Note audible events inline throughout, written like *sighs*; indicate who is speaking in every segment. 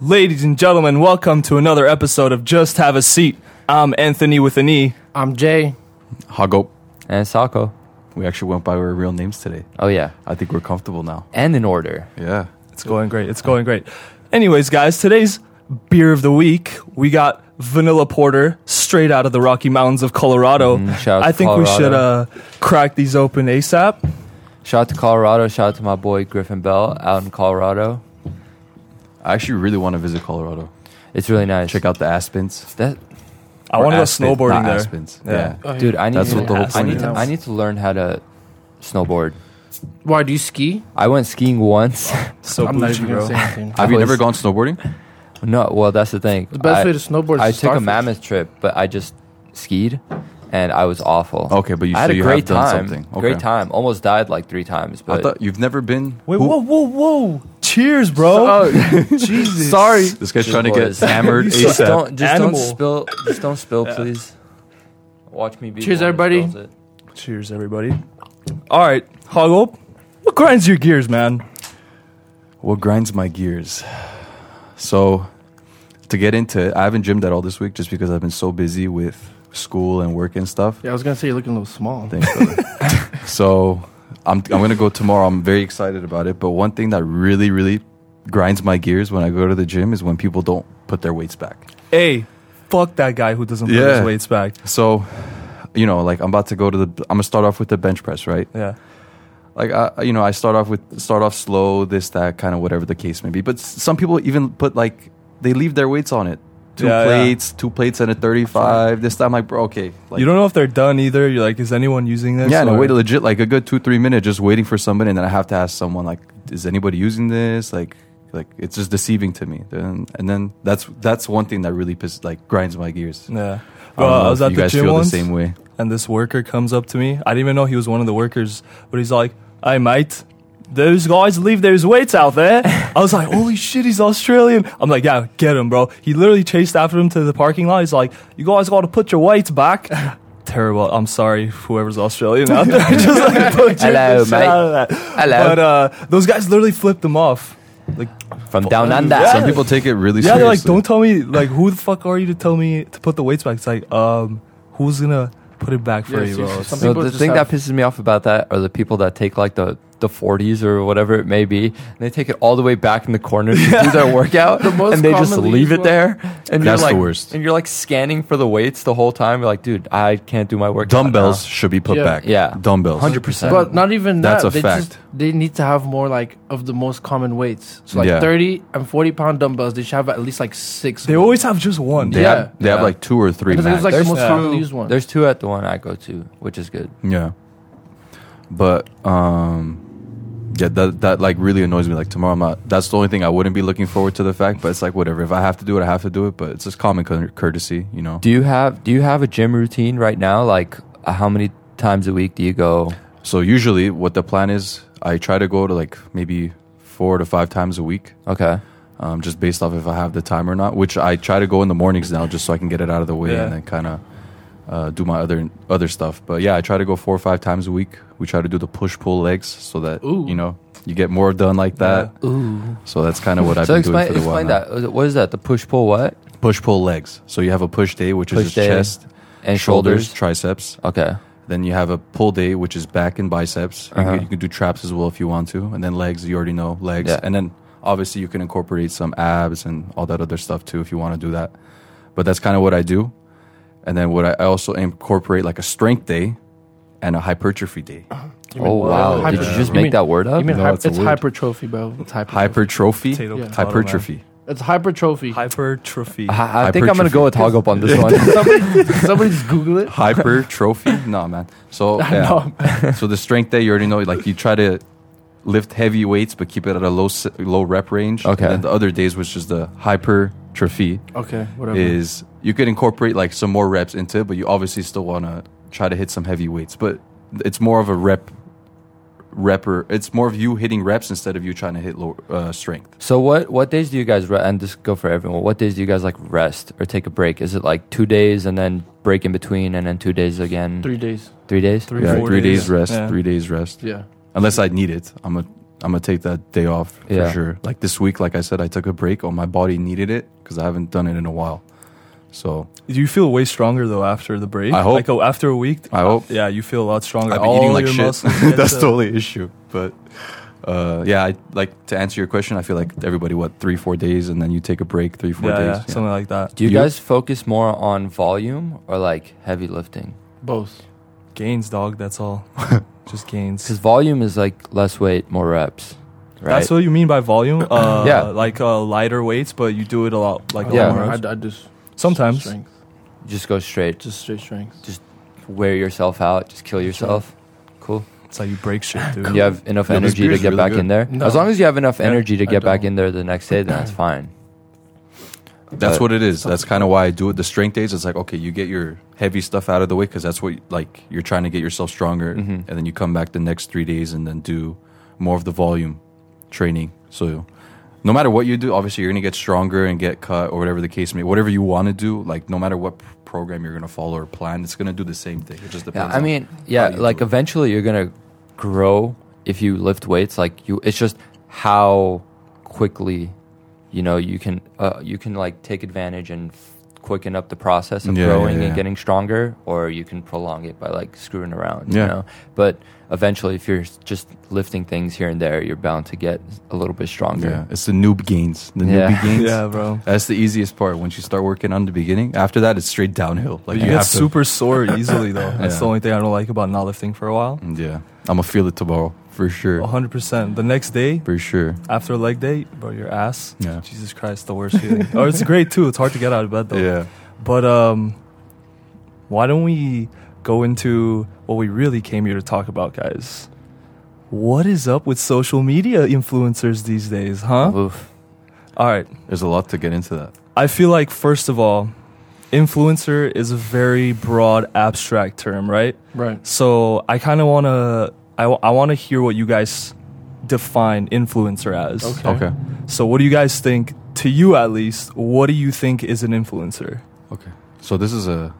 Speaker 1: Ladies and gentlemen, welcome to another episode of Just Have a Seat. I'm Anthony with an E.
Speaker 2: I'm Jay.
Speaker 3: Hago.
Speaker 4: and Sako.
Speaker 3: We actually went by our real names today.
Speaker 4: Oh yeah,
Speaker 3: I think we're comfortable now.
Speaker 4: and in order.
Speaker 3: Yeah.
Speaker 1: It's going great. It's going great. Anyways, guys, today's beer of the week, we got vanilla porter straight out of the Rocky Mountains of Colorado.
Speaker 4: Mm, shout out
Speaker 1: I
Speaker 4: to
Speaker 1: think we should uh,
Speaker 4: Colorado.
Speaker 1: crack these open ASAP.
Speaker 4: Shout out to Colorado. Shout out to my boy Griffin Bell out in Colorado.
Speaker 3: I actually really want to visit Colorado.
Speaker 4: It's really nice.
Speaker 3: Check out the Aspens.
Speaker 4: that,
Speaker 1: I
Speaker 3: Or
Speaker 1: want to go
Speaker 3: Aspen,
Speaker 1: snowboarding
Speaker 3: not
Speaker 1: there.
Speaker 3: Aspens. Oh, Yeah.
Speaker 2: Oh,
Speaker 4: dude. I need
Speaker 3: That's
Speaker 4: to,
Speaker 3: what the whole
Speaker 4: I
Speaker 3: point
Speaker 4: need
Speaker 3: is.
Speaker 4: to, I need to learn how to snowboard.
Speaker 2: Why do you ski?
Speaker 4: I went skiing once. *laughs*
Speaker 1: So
Speaker 2: I'm not
Speaker 1: bougie,
Speaker 2: even gonna
Speaker 1: bro.
Speaker 2: say anything.
Speaker 3: Have you
Speaker 4: was-
Speaker 3: never gone snowboarding?
Speaker 4: no, well that's the thing.
Speaker 2: The best
Speaker 4: I,
Speaker 2: way to snowboard. Is
Speaker 4: I
Speaker 2: to
Speaker 4: took a
Speaker 2: Starfish.
Speaker 4: mammoth trip, but I just skied, and I was awful.
Speaker 3: Okay, but you-
Speaker 4: I had
Speaker 3: so
Speaker 4: a
Speaker 3: you have
Speaker 4: great
Speaker 3: done
Speaker 4: time.
Speaker 3: something. Okay.
Speaker 4: Great time. Almost died like three times. But
Speaker 3: I thought you've never been.
Speaker 1: Wait,
Speaker 3: Who-
Speaker 1: whoa, whoa, whoa. Cheers,
Speaker 2: Oh,
Speaker 3: Oh, *laughs*
Speaker 1: bro. *laughs* Jesus.
Speaker 2: Sorry.
Speaker 3: This guy's
Speaker 4: Just
Speaker 3: trying to get
Speaker 4: boys. *laughs*
Speaker 3: hammered
Speaker 1: You
Speaker 4: just
Speaker 1: suck.
Speaker 3: ASAP.
Speaker 4: don't just
Speaker 1: Animal.
Speaker 4: don't spill. Just don't spill, please. Watch me be.
Speaker 2: Cheers,
Speaker 4: the one that
Speaker 2: everybody.
Speaker 4: spills it.
Speaker 1: Cheers, everybody. All right, Hoggle, what grinds your gears, man?
Speaker 3: What grinds my gears? So, to get into it, I haven't gymmed at all this week just because I've been so busy with school and work and stuff.
Speaker 2: Yeah, I was gonna say you're looking a little small.
Speaker 3: Thanks,
Speaker 1: *laughs*
Speaker 3: brother. so I'm, I'm going to go tomorrow. I'm very excited about it. But one thing that really, really grinds my gears when I go to the gym is when people don't put their weights back.
Speaker 1: Hey, fuck that guy who doesn't put
Speaker 3: Yeah.
Speaker 1: his weights back.
Speaker 3: So, you know, like I'm about to go to the, I'm going to start off with the bench press, right?
Speaker 1: Yeah.
Speaker 3: Like, I, you know, I start off with, start off slow, this, that, kind of whatever the case may be. But s- some people even put like, they leave their weights on it. Two
Speaker 1: Yeah, yeah.
Speaker 3: plates, two plates and a 35. This time, like, bro, okay. Like,
Speaker 1: you don't know if they're done either. You're like, is anyone using this?
Speaker 3: Yeah, and I
Speaker 1: Or-
Speaker 3: waited legit like a good two, three minutes just waiting for somebody, and then I have to ask someone like, "Is anybody using this?" Like, like it's just deceiving to me. Then, and then that's that's one thing that really pisses, like grinds my gears.
Speaker 1: Yeah.
Speaker 3: I don't
Speaker 1: Well, I,
Speaker 3: know
Speaker 1: was
Speaker 3: if
Speaker 1: at
Speaker 3: you
Speaker 1: the
Speaker 3: guys
Speaker 1: gym
Speaker 3: feel
Speaker 1: once,
Speaker 3: the same way.
Speaker 1: and this worker comes up to me. I didn't even know he was one of the workers, but he's like, "Hey, mate." Those guys leave those weights out there. I was like, holy shit, he's Australian. I'm like, yeah, get him, bro. He literally chased after him to the parking lot. He's like, you guys got to put your weights back. *laughs* Terrible. I'm sorry, whoever's Australian out there. *laughs* Just like, put your
Speaker 4: Hello,
Speaker 1: shit
Speaker 4: mate.
Speaker 1: out of that.
Speaker 4: Hello.
Speaker 1: But uh, those guys literally flipped him off. Like,
Speaker 4: From down under.
Speaker 1: Yeah.
Speaker 3: Some people take it really
Speaker 1: yeah,
Speaker 3: seriously.
Speaker 1: they're like, don't tell me, like, who the fuck are you to tell me to put the weights back? It's like, um, who's gonna put it back for
Speaker 2: Yeah,
Speaker 1: you,
Speaker 2: see,
Speaker 1: bro?
Speaker 2: see,
Speaker 1: It's-
Speaker 2: some
Speaker 4: So
Speaker 2: people
Speaker 4: the
Speaker 2: just
Speaker 4: thing
Speaker 2: have-
Speaker 4: that pisses me off about that are the people that take like the the 40s or whatever it may be, and they take it all the way back in the corner to do
Speaker 2: *laughs*
Speaker 4: their workout,
Speaker 2: most
Speaker 4: and they just
Speaker 2: commonly
Speaker 4: leave
Speaker 2: used
Speaker 4: it
Speaker 2: one-
Speaker 4: there. And
Speaker 3: That's
Speaker 4: you're
Speaker 3: the
Speaker 4: like,
Speaker 3: worst.
Speaker 4: And you're like scanning for the weights the whole time. You're like, dude, I can't do my workout.
Speaker 1: *laughs*
Speaker 3: dumbbells should be put
Speaker 2: Yeah.
Speaker 3: back.
Speaker 4: Yeah.
Speaker 3: dumbbells.
Speaker 4: Hundred percent.
Speaker 2: But not even that.
Speaker 3: That's a
Speaker 2: they Just,
Speaker 3: fact.
Speaker 2: they need to have more like of the most common weights. So like
Speaker 3: Yeah.
Speaker 2: 30 and 40 pound dumbbells. They should have at least like six.
Speaker 1: they always have just one.
Speaker 3: They
Speaker 2: Yeah.
Speaker 3: have they have
Speaker 4: Yeah.
Speaker 3: like two or three.
Speaker 2: Because it was
Speaker 3: max.
Speaker 2: like the
Speaker 4: There's
Speaker 2: most
Speaker 1: two.
Speaker 2: commonly used one.
Speaker 4: There's two at the one I go to, which is good.
Speaker 3: Yeah. But um yeah, that that like really annoys me. Like tomorrow, I'm not. That's the only thing I wouldn't be looking forward to. The fact, but it's like whatever. If I have to do it, I have to do it. But it's just common cour- courtesy, you know.
Speaker 4: Do you have Do you have a gym routine right now? Like, uh, how many times a week do you go?
Speaker 3: So usually, what the plan is, I try to go to like maybe four to five times a week,
Speaker 4: Okay.
Speaker 3: um, just based off if I have the time or not. Which I try to go in the mornings now, just so I can get it out of the way
Speaker 1: Yeah.
Speaker 3: and then kind of uh, do my other other stuff. But yeah, I try to go four or five times a week. We try to do the push pull legs so that
Speaker 2: Ooh.
Speaker 3: you know you get more done like that.
Speaker 2: Ooh.
Speaker 3: So that's kind of what I've
Speaker 4: so
Speaker 3: been
Speaker 4: explain
Speaker 3: doing for the
Speaker 4: explain
Speaker 3: while. now.
Speaker 4: that. Is it- What is that? The push pull what
Speaker 3: Push pull legs. So you have a push day, which
Speaker 4: Push
Speaker 3: is just
Speaker 4: day
Speaker 3: chest,
Speaker 4: and
Speaker 3: shoulders,
Speaker 4: shoulders?
Speaker 3: triceps.
Speaker 4: Okay.
Speaker 3: Then you have a pull day, which is back and biceps. You can- You,
Speaker 4: Uh-huh.
Speaker 3: can, do traps as well if you want to, and then legs. You already know legs,
Speaker 4: Yeah.
Speaker 3: and then obviously you can incorporate some abs and all that other stuff too if you want to do that. But that's kind of what I do. And then what I, I also incorporate like a strength day and a hypertrophy day.
Speaker 4: Oh wow! Did you
Speaker 2: hyper-
Speaker 4: just
Speaker 2: you
Speaker 4: make
Speaker 2: mean-
Speaker 4: that word up?
Speaker 2: You mean
Speaker 3: No,
Speaker 2: hyper,
Speaker 3: it's
Speaker 2: it's,
Speaker 3: a word.
Speaker 2: hypertrophy, bro. It's hypertrophy.
Speaker 3: Hypertrophy,
Speaker 1: Potato,
Speaker 2: Yeah.
Speaker 1: potato,
Speaker 3: hypertrophy. Uh-huh.
Speaker 2: It's hypertrophy.
Speaker 1: man. hypertrophy.
Speaker 4: I, I think I'm gonna go with
Speaker 2: Hypertrophy.
Speaker 4: Hog up on *laughs* this one.
Speaker 2: Somebody just Google
Speaker 4: *laughs*
Speaker 2: it.
Speaker 3: hypertrophy *laughs* nah man so
Speaker 2: I
Speaker 3: yeah.
Speaker 2: know,
Speaker 3: so the strength day you already know like you try to lift heavy weights but keep it at a low s- low rep range
Speaker 4: Okay.
Speaker 3: and then the other days which is the hypertrophy
Speaker 2: Okay, whatever.
Speaker 3: is you could incorporate like some more reps into it but you obviously still want to try to hit some heavy weights but it's more of a rep repper it's more of you hitting reps instead of you trying to hit low uh, strength
Speaker 4: so what what days do you guys re- and just go for everyone? What days do you guys like rest or take a break? Is it like two days and then break in between and then two days again?
Speaker 2: Three days.
Speaker 4: Three days.
Speaker 1: Three,
Speaker 3: yeah,
Speaker 1: four
Speaker 3: three days,
Speaker 1: days.
Speaker 3: rest
Speaker 1: Yeah.
Speaker 3: three days rest
Speaker 2: Yeah.
Speaker 3: unless i need it i'm a I'm gonna take that day off
Speaker 4: Yeah.
Speaker 3: for sure. Like this week, like I said, I took a break. Or my body needed it because I haven't done it in a while. So
Speaker 1: Do you feel way stronger though after the break?
Speaker 3: I hope.
Speaker 1: Like oh, after a week.
Speaker 3: I hope
Speaker 1: Yeah, you feel a lot stronger.
Speaker 3: I've been
Speaker 1: All
Speaker 3: eating like
Speaker 1: your
Speaker 3: shit. *laughs*
Speaker 1: muscles get
Speaker 3: That's
Speaker 1: the-
Speaker 3: the only issue. But uh, yeah, I, like to answer your question, I feel like everybody what three four days, and then you take a break three four
Speaker 1: yeah, yeah,
Speaker 3: days. Yeah.
Speaker 1: something like that.
Speaker 4: Do you,
Speaker 3: You-
Speaker 4: guys focus more on volume or like heavy lifting?
Speaker 2: Both.
Speaker 1: Gains, dog. That's all.
Speaker 3: *laughs*
Speaker 1: Just gains.
Speaker 4: Because volume is like less weight, more reps. Right.
Speaker 1: That's what you mean by volume. Uh,
Speaker 4: Yeah.
Speaker 1: like uh, lighter weights, but you do it a lot. Like a
Speaker 4: Yeah.
Speaker 1: lot more
Speaker 2: I,
Speaker 1: reps.
Speaker 2: I just
Speaker 1: sometimes.
Speaker 2: strength,
Speaker 4: just go straight. Just
Speaker 2: just straight strength.
Speaker 4: wear yourself out. Just kill yourself. Cool.
Speaker 1: It's how you break shit, dude.
Speaker 4: And you have enough
Speaker 3: Yeah, this
Speaker 4: energy to
Speaker 3: beer's
Speaker 4: get
Speaker 3: really
Speaker 4: back
Speaker 3: good.
Speaker 4: in there.
Speaker 2: No.
Speaker 4: As long as you have enough energy to
Speaker 2: I
Speaker 4: get back
Speaker 2: don't.
Speaker 4: in there the next day, then that's fine.
Speaker 3: That's
Speaker 4: But-
Speaker 3: what it is. That's kind of why I do it. The strength days, it's like okay, you get your heavy stuff out of the way because that's what like you're trying to get yourself stronger,
Speaker 4: Mhm.
Speaker 3: and then you come back the next three days and then do more of the volume training. So no matter what you do, obviously you're gonna get stronger and get cut or whatever the case may. Whatever you want to do, like no matter what p- program you're gonna follow or plan, it's gonna do the same thing. It just
Speaker 4: Yeah,
Speaker 3: depends.
Speaker 4: I
Speaker 3: on-
Speaker 4: mean, yeah,
Speaker 3: you
Speaker 4: like
Speaker 3: do it.
Speaker 4: eventually you're gonna grow if you lift weights. Like you, it's just how quickly, you know, you can uh, you can like take advantage and f- quicken up the process of
Speaker 3: Yeah, yeah,
Speaker 4: growing
Speaker 3: yeah.
Speaker 4: and getting stronger, or you can prolong it by like screwing around.
Speaker 3: Yeah.
Speaker 4: You know, but eventually, if you're s- just lifting things here and there, you're bound to get a little bit stronger.
Speaker 3: yeah, it's the noob gains. The
Speaker 4: Yeah.
Speaker 3: newbie
Speaker 1: *laughs*
Speaker 3: gains.
Speaker 1: *laughs* Yeah, bro.
Speaker 3: That's the easiest part. Once you start working on the beginning, after that it's straight downhill.
Speaker 1: But
Speaker 3: Like
Speaker 1: you get
Speaker 3: have to-
Speaker 1: super sore easily *laughs* though. That's
Speaker 3: Yeah.
Speaker 1: the only thing I don't like about not lifting for a while.
Speaker 3: Yeah, I'm gonna feel it tomorrow for sure.
Speaker 1: Oh. 100%. The next day
Speaker 3: For sure.
Speaker 1: after a leg day, bro, your ass.
Speaker 3: Yeah.
Speaker 1: Jesus Christ, the worst feeling. or it's great too. It's hard to get out of bed though. But um, why don't we go into what we really came here to talk about, guys? What is up with social media influencers these days, huh?
Speaker 4: Oof.
Speaker 1: All right.
Speaker 3: There's a lot to get into that.
Speaker 1: I feel like, first of all, influencer is a very broad, abstract term, right?
Speaker 2: Right.
Speaker 1: So I kind of want to, I, want to hear what you guys define influencer as.
Speaker 2: Okay.
Speaker 3: Okay.
Speaker 1: So what do you guys think, to you at least, what do you think is an influencer?
Speaker 3: Okay. So this is a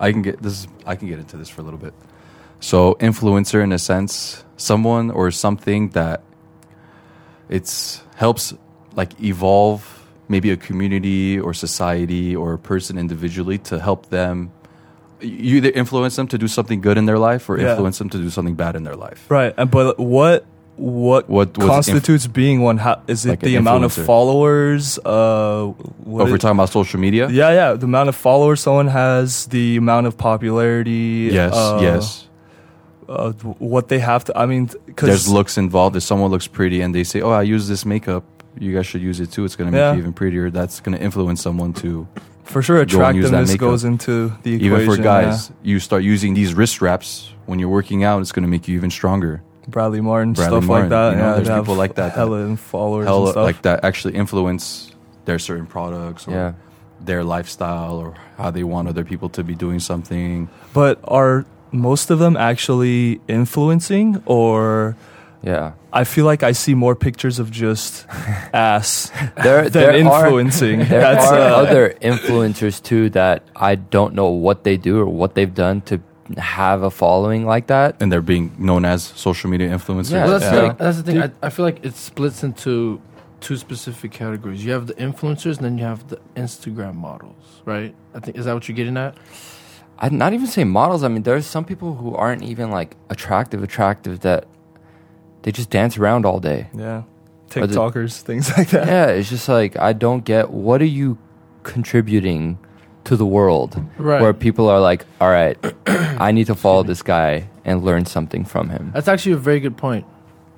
Speaker 3: I can get this is I can get into this for a little bit. So influencer in a sense, someone or something that it's helps like evolve maybe a community or society or a person individually to help them you either influence them to do something good in their life or
Speaker 1: Yeah.
Speaker 3: influence them to do something bad in their life.
Speaker 1: Right. And, but what what,
Speaker 3: What was
Speaker 1: constitutes being one? How, is it
Speaker 3: Like an
Speaker 1: the amount of
Speaker 3: influencer.
Speaker 1: followers? Uh, what
Speaker 3: Over
Speaker 1: it-
Speaker 3: time about social media?
Speaker 1: Yeah, yeah. The amount of followers someone has, the amount of popularity.
Speaker 3: Yes,
Speaker 1: uh,
Speaker 3: yes.
Speaker 1: Uh, what they have to. I mean,
Speaker 3: there's
Speaker 1: because
Speaker 3: looks involved. If someone looks pretty and they say, "Oh, I use this makeup," you guys should use it too. It's gonna make
Speaker 1: Yeah.
Speaker 3: you even prettier. That's gonna influence someone to
Speaker 1: for sure
Speaker 3: go and use that
Speaker 1: attractiveness
Speaker 3: makeup.
Speaker 1: goes into the equation.
Speaker 3: even for
Speaker 1: yeah.
Speaker 3: guys. You start using these wrist wraps when you're working out. It's gonna make you even stronger.
Speaker 1: Bradley Martin,
Speaker 3: Bradley
Speaker 1: stuff like
Speaker 3: Martin,
Speaker 1: that.
Speaker 3: you know,
Speaker 1: yeah,
Speaker 3: there's
Speaker 1: they have
Speaker 3: people like that that
Speaker 1: Hella followers and
Speaker 3: Hell,
Speaker 1: stuff.
Speaker 3: like that actually influence their certain products or
Speaker 4: Yeah.
Speaker 3: their lifestyle or how they want other people to be doing something.
Speaker 1: but are most of them actually influencing or.
Speaker 3: *laughs*
Speaker 4: Yeah.
Speaker 1: I feel like I see more pictures of just ass
Speaker 4: There,
Speaker 1: than
Speaker 4: are-
Speaker 1: influencing.
Speaker 4: There
Speaker 1: That's
Speaker 4: are
Speaker 1: uh,
Speaker 4: other influencers too that I don't know what they do or what they've done to have a following like that.
Speaker 3: And they're being known as social media influencers.
Speaker 4: Yeah,
Speaker 2: Well, that's,
Speaker 4: Yeah.
Speaker 2: The, that's the thing. I, I feel like it splits into two specific categories. You have the influencers, and then you have the Instagram models, right? I think is that what you're getting at?
Speaker 4: I'd not even say models. I mean, there's some people who aren't even like attractive, attractive that they just dance around all day.
Speaker 1: yeah,
Speaker 4: Are the-
Speaker 1: TikTokers, things like that.
Speaker 4: Yeah, it's just like I don't get what are you contributing to the world
Speaker 2: Right.
Speaker 4: where people are like, all right, *clears throat* I need to follow this guy and learn something from him.
Speaker 2: That's actually a very good point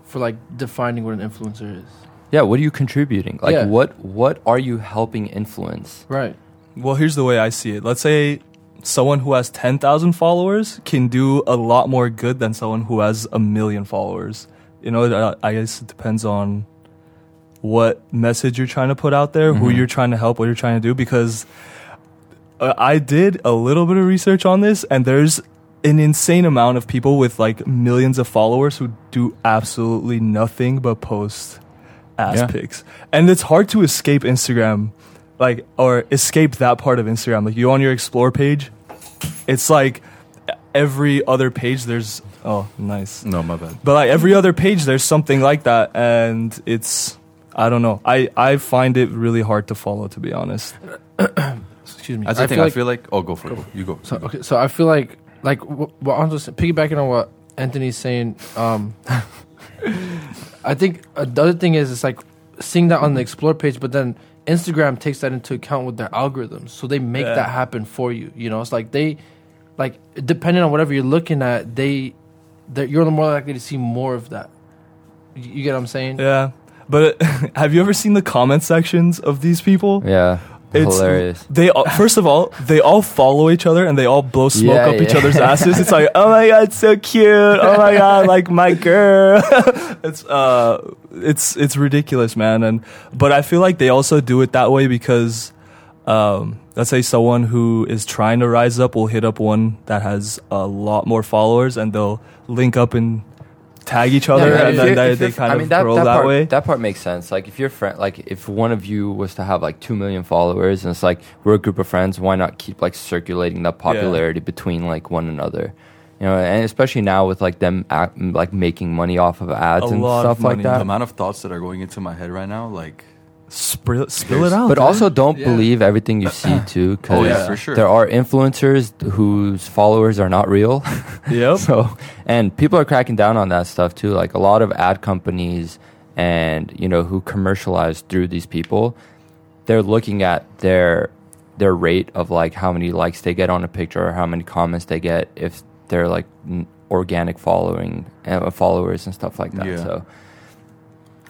Speaker 2: for like defining what an influencer is.
Speaker 4: Yeah, what are you contributing? Like
Speaker 2: Yeah.
Speaker 4: what what are you helping influence?
Speaker 2: Right.
Speaker 1: Well, here's the way I see it. Let's say someone who has 10,000 followers can do a lot more good than someone who has a million followers. You know, I- I guess it depends on what message you're trying to put out there, who you're trying to help, what you're trying to do. Because uh, I did a little bit of research on this, and there's an insane amount of people with like millions of followers who do absolutely nothing but post ass
Speaker 3: Yeah.
Speaker 1: pics. And it's hard to escape Instagram, like, or escape that part of Instagram. Like, you on your explore page, it's like every other page, there's Oh, nice.
Speaker 3: No, my bad.
Speaker 1: But like every other page, there's something like that, and it's I don't know. I I find it really hard to follow, to be honest.
Speaker 2: Excuse me.
Speaker 3: That's the
Speaker 2: I
Speaker 3: thing.
Speaker 2: feel
Speaker 3: I
Speaker 2: like
Speaker 3: feel like. Oh, go for it. You go.
Speaker 2: So okay, so I feel like like wh- what I'm just piggybacking on what Anthony's saying. Um, *laughs* I think uh, the other thing is it's like seeing that on the explore page, but then Instagram takes that into account with their algorithms, so they make
Speaker 1: Yeah.
Speaker 2: that happen for you. You know, it's like they like depending on whatever you're looking at, they that you're more likely to see more of that. You, you get what I'm saying?
Speaker 1: Yeah. But *laughs* have you ever seen the comment sections of these people?
Speaker 4: *laughs* Yeah,
Speaker 1: It's-
Speaker 4: hilarious.
Speaker 1: They all, first of all, they all follow each other and they all blow smoke
Speaker 4: Yeah,
Speaker 1: up each
Speaker 4: yeah.
Speaker 1: other's asses. It's
Speaker 4: *laughs*
Speaker 1: like, oh my god, so cute. Oh my god, like my girl. *laughs* it's uh, it's it's ridiculous, man. And but I feel like they also do it that way because, um, let's say someone who is trying to rise up will hit up one that has a lot more followers and they'll link up and tag each other,
Speaker 4: Yeah,
Speaker 2: but
Speaker 4: if
Speaker 1: and
Speaker 4: you're-
Speaker 1: then they,
Speaker 4: if
Speaker 1: they
Speaker 4: you're-
Speaker 1: kind
Speaker 4: I mean,
Speaker 1: of
Speaker 4: that,
Speaker 1: roll
Speaker 4: that
Speaker 1: that,
Speaker 4: part,
Speaker 1: way.
Speaker 4: That part makes sense. Like if your friend, like if one of you was to have like two million followers, and it's like we're a group of friends, why not keep like circulating that popularity between like one another? You know, and especially now with like them ac- like making money off of ads
Speaker 1: A
Speaker 4: and
Speaker 1: lot of
Speaker 4: stuff like
Speaker 1: money.
Speaker 3: The
Speaker 4: that.
Speaker 3: amount of thoughts that are going into my head right now, like.
Speaker 1: Spill, spill it out.
Speaker 4: But also, don't
Speaker 2: Yeah.
Speaker 4: believe everything you see too,
Speaker 1: *clears throat*
Speaker 4: because
Speaker 3: Oh yeah, for sure.
Speaker 4: there are influencers whose followers are not real. *laughs*
Speaker 1: Yep.
Speaker 4: So, and people are cracking down on that stuff too. Like a lot of ad companies and, you know, who commercialize through these people, they're looking at their their rate of like how many likes they get on a picture or how many comments they get if they're like n- organic following uh, followers and stuff like that.
Speaker 3: Yeah.
Speaker 4: So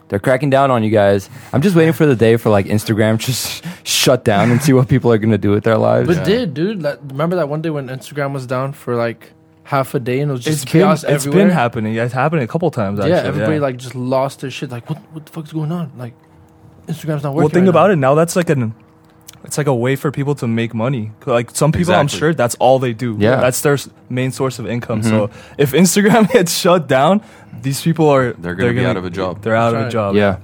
Speaker 4: they're cracking down on you guys. I'm just waiting for the day for like Instagram *laughs* just shut down and see what people are going to do with their lives.
Speaker 2: But
Speaker 3: Yeah.
Speaker 2: did dude like, remember that one day when Instagram was down for like half a day and it was just
Speaker 1: It's been,
Speaker 2: chaos
Speaker 1: it's
Speaker 2: everywhere?
Speaker 1: been happening. It's happened a couple times actually.
Speaker 2: yeah, everybody like just lost their shit. Like, what what the fuck's going on? Like, Instagram's not working.
Speaker 1: Well, think
Speaker 2: right
Speaker 1: about
Speaker 2: now.
Speaker 1: it now. That's like an, it's like a way for people to make money. Like some people, I'm
Speaker 3: Exactly.
Speaker 1: sure that's all they do.
Speaker 4: Yeah.
Speaker 1: that's their s- main source of income. So
Speaker 2: Mm-hmm.
Speaker 1: if Instagram *laughs* gets shut down, these people are
Speaker 3: They're gonna be out of a job.
Speaker 1: They're out of a
Speaker 2: That's
Speaker 1: job.
Speaker 4: yeah.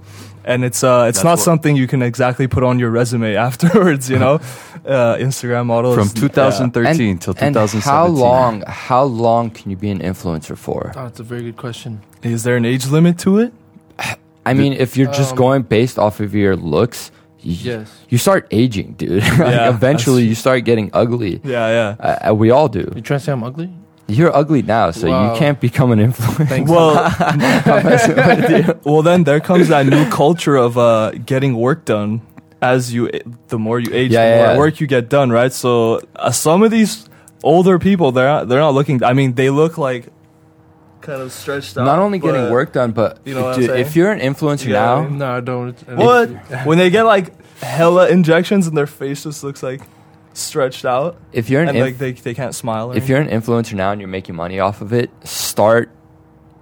Speaker 1: and it's uh, it's
Speaker 3: That's
Speaker 1: not
Speaker 3: what-
Speaker 1: something you can exactly put on your resume *laughs* afterwards. You
Speaker 3: *laughs*
Speaker 1: know, uh, Instagram models
Speaker 3: From
Speaker 1: yeah.
Speaker 3: 2013 till
Speaker 4: and
Speaker 3: 2017.
Speaker 4: how long how long can you be an influencer for
Speaker 2: Oh, that's a very good question.
Speaker 1: Is there an age limit to it?
Speaker 4: i mean if you're just
Speaker 2: Um,
Speaker 4: going based off of your looks you,
Speaker 2: Yes,
Speaker 4: you start aging dude *laughs*
Speaker 1: Yeah,
Speaker 4: like eventually
Speaker 1: that's-
Speaker 4: you start getting ugly
Speaker 1: Yeah, yeah.
Speaker 4: uh, uh, we all do
Speaker 2: you trying to say I'm ugly?
Speaker 4: you're ugly now so
Speaker 2: Wow.
Speaker 4: you can't become an influencer
Speaker 2: Thanks.
Speaker 4: *laughs*
Speaker 1: Well, *laughs* well, then there comes that new culture of uh, getting work done. As you, the more you age,
Speaker 4: Yeah,
Speaker 1: the
Speaker 4: yeah,
Speaker 1: more
Speaker 4: yeah.
Speaker 1: work you get done, right? So uh, some of these older people, they're not, they're not looking. I mean, they look like kind of stretched out.
Speaker 4: not only getting
Speaker 1: but-
Speaker 4: work done but
Speaker 1: You know what I'm
Speaker 4: dude,
Speaker 1: saying?
Speaker 4: if you're an influencer
Speaker 1: You know what I
Speaker 4: now
Speaker 1: mean?
Speaker 2: No, I don't. I don't-
Speaker 1: What *laughs* when they get like hella injections and their face just looks like stretched out,
Speaker 4: if you're an
Speaker 1: and
Speaker 4: inf-
Speaker 1: like they they can't smile. Or
Speaker 4: if you're an influencer now and you're making money off of it, start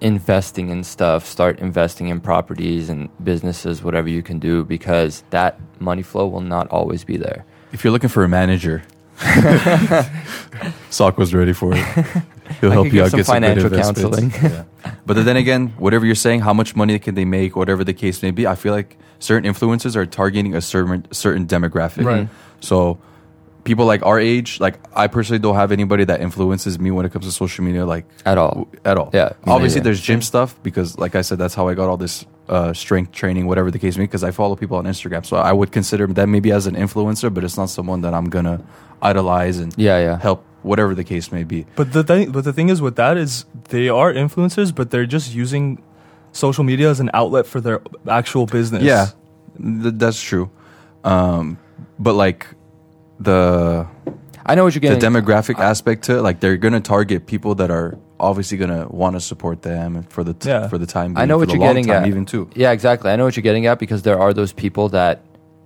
Speaker 4: investing in stuff, start investing in properties and businesses, whatever you can do, because that money flow will not always be there.
Speaker 3: If you're looking for a
Speaker 4: *laughs*
Speaker 3: manager, Sock was ready for it. He'll
Speaker 4: I
Speaker 3: help
Speaker 4: could
Speaker 3: you
Speaker 4: give
Speaker 3: out
Speaker 4: some
Speaker 3: get some
Speaker 4: financial
Speaker 3: good investments. Yeah. But then again, whatever you're saying, how much money can they make, whatever the case may be, I feel like certain influencers are targeting a certain certain demographic.
Speaker 2: Right.
Speaker 3: So people like our age, like I personally don't have anybody that influences me when it comes to social media, like
Speaker 4: At all.
Speaker 3: w- at all.
Speaker 4: Yeah, me
Speaker 3: Obviously,
Speaker 4: neither.
Speaker 3: there's gym stuff because, like I said, that's how I got all this uh, strength training, whatever the case may be, because I follow people on Instagram. So I would consider that maybe as an influencer, but it's not someone that I'm going to idolize and
Speaker 4: Yeah, yeah.
Speaker 3: help, whatever the case may be.
Speaker 1: But the thing, but the thing is with that is they are influencers, but they're just using social media as an outlet for their actual business.
Speaker 3: Yeah, th- that's true. Um, but like the
Speaker 4: I know what you're
Speaker 3: the
Speaker 4: getting.
Speaker 3: demographic aspect to it, like they're going to target people that are obviously going to want to support them for the t-
Speaker 1: Yeah.
Speaker 3: for the time.
Speaker 4: I
Speaker 3: being,
Speaker 4: know
Speaker 3: for
Speaker 4: what
Speaker 3: the
Speaker 4: you're
Speaker 3: long
Speaker 4: getting
Speaker 3: time
Speaker 4: at.
Speaker 3: even too.
Speaker 4: Yeah, exactly. I know what you're getting at because there are those people that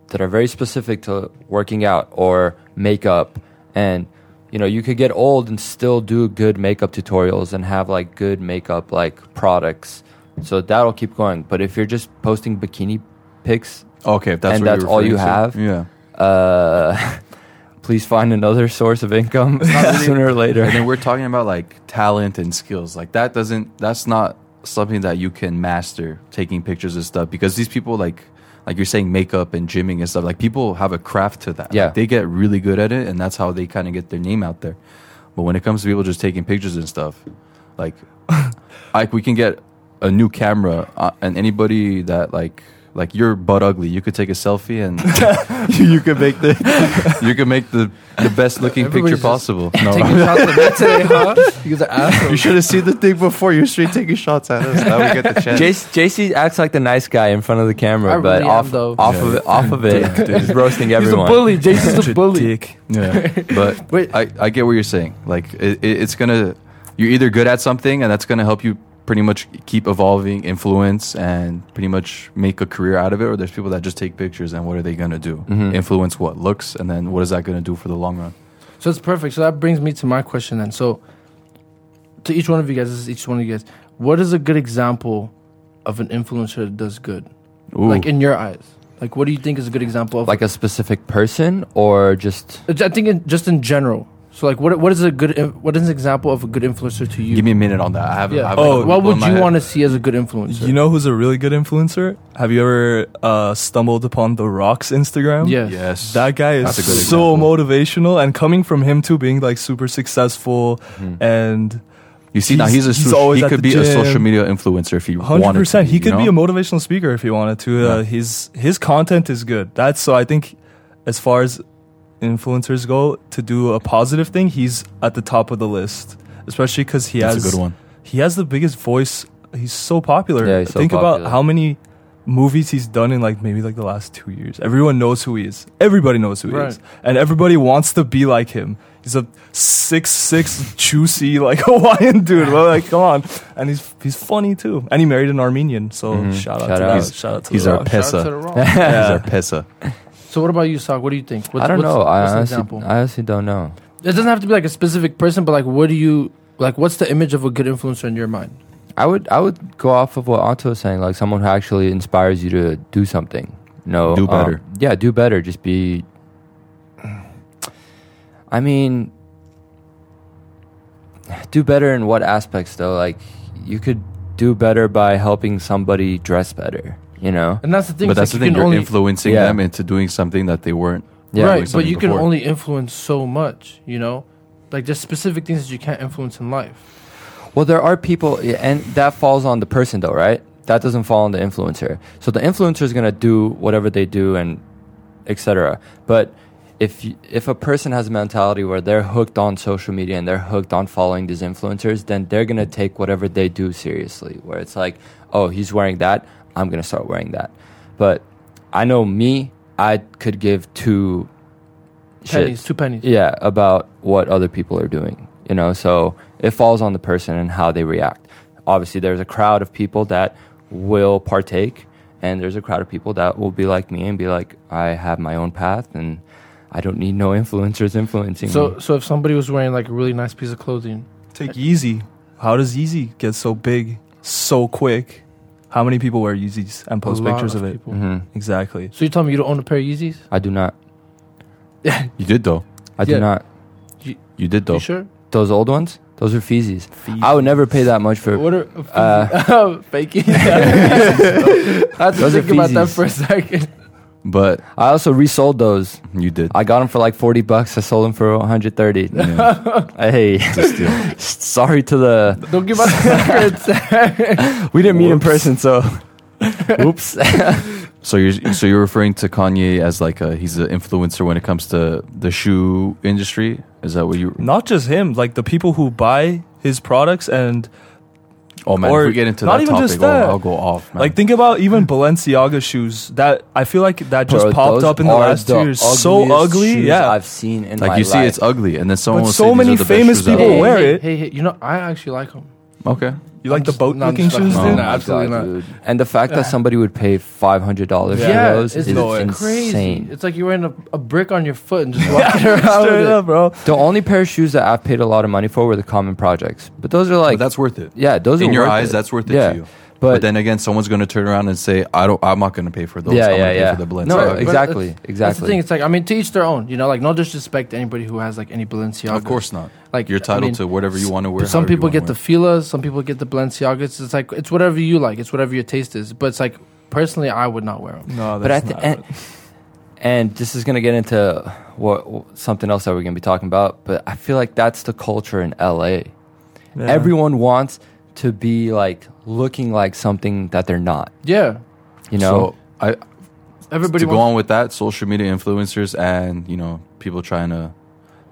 Speaker 4: that are very specific to working out or makeup and you know, you could get old and still do good makeup tutorials and have like good makeup like products. So that'll keep going. But if you're just posting bikini pics,
Speaker 3: Okay, if that's
Speaker 4: And
Speaker 3: what
Speaker 4: that's
Speaker 3: you're
Speaker 4: all you
Speaker 3: referring
Speaker 4: have?
Speaker 3: To, yeah.
Speaker 4: uh *laughs* please find another source of income *laughs* sooner or
Speaker 3: And
Speaker 4: later.
Speaker 3: then we're talking about like talent and skills. Like that doesn't that's not something that you can master taking pictures and stuff because these people like like you're saying makeup and gymming and stuff. Like people have a craft to that. Like,
Speaker 4: Yeah.
Speaker 3: they get really good at it and that's how they kind of get their name out there. But when it comes to people just taking pictures and stuff, Like,
Speaker 2: *laughs*
Speaker 3: like we can get a new camera, uh, and anybody that like like you're butt ugly, you could take a selfie
Speaker 2: *laughs*
Speaker 3: and *laughs* you could make the you could make the the best looking
Speaker 2: Everybody's
Speaker 3: picture
Speaker 2: just *laughs*
Speaker 3: possible.
Speaker 2: *laughs* Taking shots at me today, huh? You guys are assholes.
Speaker 3: *laughs* You should have seen the thing before. You're straight taking shots at us. Now we
Speaker 1: *laughs*
Speaker 3: get the chance.
Speaker 4: JC, JC acts like the nice guy in front of the camera,
Speaker 2: I
Speaker 4: but
Speaker 2: really am,
Speaker 4: off
Speaker 2: though.
Speaker 4: off of it, off
Speaker 2: *laughs*
Speaker 4: of it, he's roasting
Speaker 2: He's a
Speaker 4: everyone.
Speaker 2: bully. Jason's
Speaker 1: Such
Speaker 2: a
Speaker 1: a
Speaker 2: bully.
Speaker 1: dick. *laughs*
Speaker 3: Yeah, but
Speaker 2: Wait.
Speaker 3: I, I get what you're saying. Like it, it, it's gonna, you're either good at something, and that's gonna help you pretty much keep evolving, influence, and pretty much make a career out of it. Or there's people that just take pictures, and what are they gonna do?
Speaker 4: Mhm.
Speaker 1: Mm-hmm.
Speaker 3: Influence what looks, and then what is that gonna do for the long run?
Speaker 2: So it's perfect. So that brings me to my question then. So to each one of you guys, this is each one of you guys. What is a good example of an influencer that does good?
Speaker 3: Ooh.
Speaker 2: Like in your eyes, like what do you think is a good example of?
Speaker 4: Like a specific person, or just
Speaker 2: I think in, just in general. So like, what what is a good in- what is an example of a good influencer to you?
Speaker 3: Give me a minute on that. I haven't. I
Speaker 2: yeah.
Speaker 3: haven't
Speaker 1: Oh,
Speaker 2: what would you want to see as a good influencer?
Speaker 1: You know who's a really good influencer? Have you ever uh, stumbled upon The Rock's Instagram?
Speaker 2: yes.
Speaker 3: Yes,
Speaker 1: That guy is
Speaker 3: That's a good
Speaker 1: so
Speaker 3: example.
Speaker 1: motivational, and coming from him too, being like super successful,
Speaker 3: Mm-hmm.
Speaker 1: and
Speaker 3: you see now
Speaker 1: he's-
Speaker 3: he's a
Speaker 1: he's
Speaker 3: so-
Speaker 1: always
Speaker 3: he
Speaker 1: at
Speaker 3: could
Speaker 1: the
Speaker 3: be a social
Speaker 1: gym.
Speaker 3: media influencer if he
Speaker 1: hundred
Speaker 3: wanted. to
Speaker 1: percent,
Speaker 3: be,
Speaker 1: he could be
Speaker 3: you
Speaker 1: a
Speaker 3: know?
Speaker 1: motivational speaker if he wanted to. Uh,
Speaker 3: Yeah.
Speaker 1: His his content is good. That's so. I think as far as influencers go, to do a positive thing, he's at the top of the list, especially because he
Speaker 3: That's
Speaker 1: has
Speaker 3: a good one.
Speaker 1: he has the biggest voice. He's so popular.
Speaker 4: Yeah, he's so
Speaker 1: Think
Speaker 4: popular.
Speaker 1: about how many movies he's done in like maybe like the last two years. Everyone knows who he is. Everybody knows who
Speaker 2: Right.
Speaker 1: he is, and everybody wants to be like him. He's a six six juicy like *laughs* Hawaiian dude. Well, like come on, and he's he's funny too. And he married an Armenian, so
Speaker 4: Mhm.
Speaker 1: shout out
Speaker 4: Shout
Speaker 1: to
Speaker 4: out.
Speaker 1: that.
Speaker 4: He's-
Speaker 1: shout out to
Speaker 3: he's
Speaker 1: The
Speaker 3: our
Speaker 4: *laughs*
Speaker 1: Rock.
Speaker 3: pet.
Speaker 2: Shout out to
Speaker 3: Pesa.
Speaker 1: *laughs*
Speaker 2: the Rock.
Speaker 3: He's
Speaker 1: Yeah.
Speaker 3: our pesa.
Speaker 2: so what about you, Sock? What do you think? What's,
Speaker 4: I don't
Speaker 2: what's-
Speaker 4: know. I
Speaker 2: what's an
Speaker 4: honestly,
Speaker 2: example?
Speaker 4: I honestly don't know.
Speaker 2: It doesn't have to be like a specific person, but like, what do you like? What's the image of a good influencer in your mind?
Speaker 4: I would I would go off of what Anto was saying, like someone who actually inspires you to do something. No,
Speaker 3: Do better.
Speaker 4: yeah, do better. Just be. I mean, do better in what aspects though? Like you could do better by helping somebody dress better. You know.
Speaker 2: And that's the thing.
Speaker 3: But
Speaker 2: it's
Speaker 3: that's
Speaker 2: like
Speaker 3: the thing.
Speaker 2: you
Speaker 3: You're
Speaker 2: can only,
Speaker 3: influencing
Speaker 4: Yeah.
Speaker 3: them into doing something that they weren't.
Speaker 4: Yeah,
Speaker 3: doing
Speaker 2: right, but
Speaker 3: something
Speaker 2: you can
Speaker 3: before.
Speaker 2: only influence so much. You know, like there's specific things that you can't influence in life.
Speaker 4: Well, there are people, yeah, and that falls on the person, though, right? That doesn't fall on the influencer. So the influencer is going to do whatever they do and etc. But if you, if a person has a mentality where they're hooked on social media and they're hooked on following these influencers, then they're going to take whatever they do seriously. Where it's like, oh, he's wearing that, I'm going to start wearing that. But I know me, I could give two
Speaker 2: Pennies,
Speaker 4: shits
Speaker 2: two pennies.
Speaker 4: yeah about what other people are doing you know so it falls on the person and how they react obviously there's a crowd of people that will partake and there's a crowd of people that will be like me and be like i have my own path and i don't need no *laughs* influencers influencing
Speaker 2: So,
Speaker 4: me
Speaker 2: so if somebody was wearing like a really nice piece of clothing,
Speaker 1: Take Yeezy. How does Yeezy get so big so quick? How many people wear Yeezys and
Speaker 2: a
Speaker 1: post
Speaker 2: lot
Speaker 1: pictures of, it?
Speaker 2: people-
Speaker 4: hmm
Speaker 1: Exactly.
Speaker 2: So you tell me you don't own a pair of Yeezys?
Speaker 4: i do not
Speaker 3: You did though.
Speaker 4: i
Speaker 2: Yeah.
Speaker 4: do not
Speaker 3: You did
Speaker 2: You
Speaker 3: though.
Speaker 2: sure?
Speaker 4: those old ones those are feezies i would never pay that much for
Speaker 2: What are *laughs*
Speaker 4: Uh,
Speaker 2: faking?
Speaker 4: *laughs*
Speaker 2: I had to
Speaker 4: Those are
Speaker 2: think about that
Speaker 4: feezies.
Speaker 2: for a second.
Speaker 3: But
Speaker 4: i also resold those
Speaker 3: you did.
Speaker 4: i got them for like 40 bucks i sold them for 130
Speaker 3: Yeah,
Speaker 4: hey
Speaker 3: it's a steal.
Speaker 4: *laughs* sorry to the
Speaker 2: *laughs* Don't give out
Speaker 4: *laughs*
Speaker 2: the secrets.
Speaker 4: we didn't meet in
Speaker 3: Whoops.
Speaker 4: person so oops
Speaker 3: So you're so you're referring to Kanye as like a, he's an influencer when it comes to the shoe industry. Is that what you?
Speaker 1: Not just him, like the people who buy his products and
Speaker 3: Oh man,
Speaker 1: Or
Speaker 3: if we get into
Speaker 1: not
Speaker 3: that
Speaker 1: even
Speaker 3: topic,
Speaker 1: just
Speaker 3: oh,
Speaker 1: that.
Speaker 3: I'll go off. Man.
Speaker 1: Like think about even Balenciaga shoes. That I feel like that just
Speaker 4: Bro,
Speaker 1: popped
Speaker 4: those
Speaker 1: up in the
Speaker 4: are
Speaker 1: last two years. So
Speaker 4: ugliest
Speaker 1: ugly,
Speaker 4: shoes
Speaker 1: yeah.
Speaker 4: I've seen in
Speaker 3: like
Speaker 4: my
Speaker 3: you see,
Speaker 4: life.
Speaker 3: it's ugly, and then someone
Speaker 1: But
Speaker 3: will
Speaker 1: so
Speaker 3: say, "These
Speaker 1: many
Speaker 3: are the best
Speaker 1: famous
Speaker 3: shoes ever."
Speaker 1: people wear it.
Speaker 2: Hey, hey, you know I actually like them.
Speaker 3: Okay,
Speaker 1: you like the
Speaker 2: just-
Speaker 1: boat
Speaker 2: no, I'm
Speaker 1: looking
Speaker 2: just like-
Speaker 1: shoes,
Speaker 3: no.
Speaker 1: dude?
Speaker 3: Nah,
Speaker 4: my
Speaker 2: absolutely not.
Speaker 4: And the fact that somebody would pay five hundred dollars
Speaker 2: Yeah,
Speaker 4: for
Speaker 2: it's,
Speaker 4: those is
Speaker 1: no way.
Speaker 4: insane.
Speaker 2: crazy. It's like you're wearing a, a brick on your foot and just
Speaker 4: *laughs*
Speaker 2: walking around
Speaker 1: *laughs*
Speaker 2: with
Speaker 1: Straight
Speaker 2: it.
Speaker 1: up, bro.
Speaker 4: The only pair of shoes that I've paid a lot of money for were the Common Projects, but those are like
Speaker 3: but that's worth it.
Speaker 4: yeah, those
Speaker 3: in
Speaker 4: are
Speaker 3: your
Speaker 4: worth
Speaker 3: eyes,
Speaker 4: it.
Speaker 3: that's worth it
Speaker 4: Yeah,
Speaker 3: to you.
Speaker 4: But,
Speaker 3: But, then again, someone's going to turn around and say, "I don't. I'm not going to pay for those.
Speaker 4: yeah,
Speaker 3: I'm
Speaker 4: yeah,
Speaker 3: gonna pay
Speaker 4: yeah.
Speaker 3: for the blend."
Speaker 4: no,
Speaker 2: Right, but
Speaker 4: exactly,
Speaker 2: that's-
Speaker 4: exactly.
Speaker 2: That's the thing. It's like I mean, to each their own. You know, like no disrespect to anybody who has like any Balenciaga.
Speaker 3: of course not.
Speaker 2: like
Speaker 3: You're entitled
Speaker 2: I mean,
Speaker 3: to whatever you want to wear.
Speaker 2: Some
Speaker 3: however you
Speaker 2: people
Speaker 3: wanna
Speaker 2: get
Speaker 3: wear.
Speaker 2: the filas, some people get the Balenciagas. It's, it's like it's whatever you like. It's whatever your taste is. But it's like personally, I would not wear them.
Speaker 1: No, that's
Speaker 4: But I thi-
Speaker 1: not
Speaker 4: and-
Speaker 1: it.
Speaker 4: And this is going to get into what something else that we're going to be talking about, but I feel like that's the culture in LA.
Speaker 1: Yeah.
Speaker 4: Everyone wants to be like looking like something that they're not.
Speaker 2: Yeah.
Speaker 4: You know,
Speaker 3: so I,
Speaker 2: Everybody
Speaker 3: to go
Speaker 2: wants.
Speaker 3: on with that, social media influencers and you know people trying to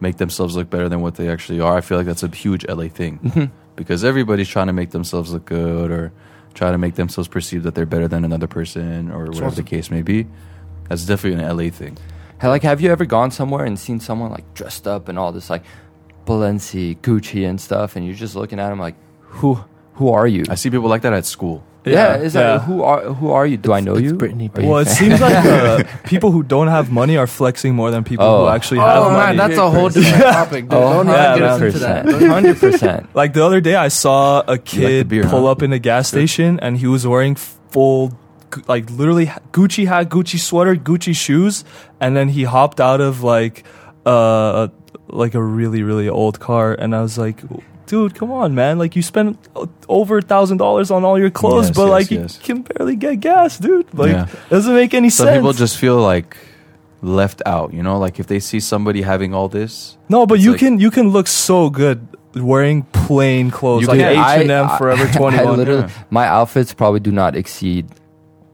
Speaker 3: make themselves look better than what they actually are. I feel like that's a huge LA thing because everybody's trying to make themselves look good or try to make themselves perceive that they're better than another person or whatever
Speaker 2: awesome.
Speaker 3: the case may be. That's definitely an LA thing.
Speaker 4: Hey, like have you ever gone somewhere and seen someone like dressed up and all this like Balenci, Gucci, and stuff, and you're just looking at them like, who, who are you?
Speaker 3: I see people like that at school.
Speaker 4: yeah,
Speaker 1: Yeah,
Speaker 4: is that
Speaker 1: yeah.
Speaker 4: who are who are you? Do I know
Speaker 2: it's
Speaker 4: you?
Speaker 2: Britney,
Speaker 4: Are you
Speaker 1: Well, it
Speaker 4: fam-
Speaker 1: seems like
Speaker 4: *laughs*
Speaker 1: uh, people who don't have money are flexing more than people
Speaker 4: Oh.
Speaker 1: who actually have
Speaker 2: Oh
Speaker 1: money.
Speaker 2: man, that's a whole different topic. Dude.
Speaker 4: *laughs* Oh,
Speaker 2: Don't
Speaker 1: yeah,
Speaker 2: even get us into that. Don't-
Speaker 4: Hundred
Speaker 2: *laughs*
Speaker 4: percent.
Speaker 1: Like the other day, I saw a kid
Speaker 3: beer,
Speaker 1: pull
Speaker 3: huh?
Speaker 1: up in a gas
Speaker 3: Good.
Speaker 1: station, and he was wearing full, gu- like literally ha- Gucci hat, Gucci sweater, Gucci shoes, and then he hopped out of like, uh, like a really really old car, and I was like. Dude, come on, man! Like you spent o- over a thousand dollars on all your clothes,
Speaker 3: Yes,
Speaker 1: but
Speaker 3: yes,
Speaker 1: like
Speaker 3: yes.
Speaker 1: you can barely get gas, dude. Like
Speaker 3: Yeah.
Speaker 1: doesn't make any
Speaker 3: Some
Speaker 1: sense.
Speaker 3: people just feel like left out, you know, like if they see somebody having all this.
Speaker 1: No, but
Speaker 3: It's
Speaker 1: you
Speaker 3: like-
Speaker 1: can you can look so good wearing plain clothes,
Speaker 3: You
Speaker 1: like
Speaker 3: can.
Speaker 1: H
Speaker 4: I-
Speaker 1: and M
Speaker 4: *laughs*
Speaker 3: *laughs*
Speaker 4: I-
Speaker 1: Forever Twenty
Speaker 4: I
Speaker 1: One.
Speaker 4: literally,
Speaker 3: yeah.
Speaker 4: my outfits probably do not exceed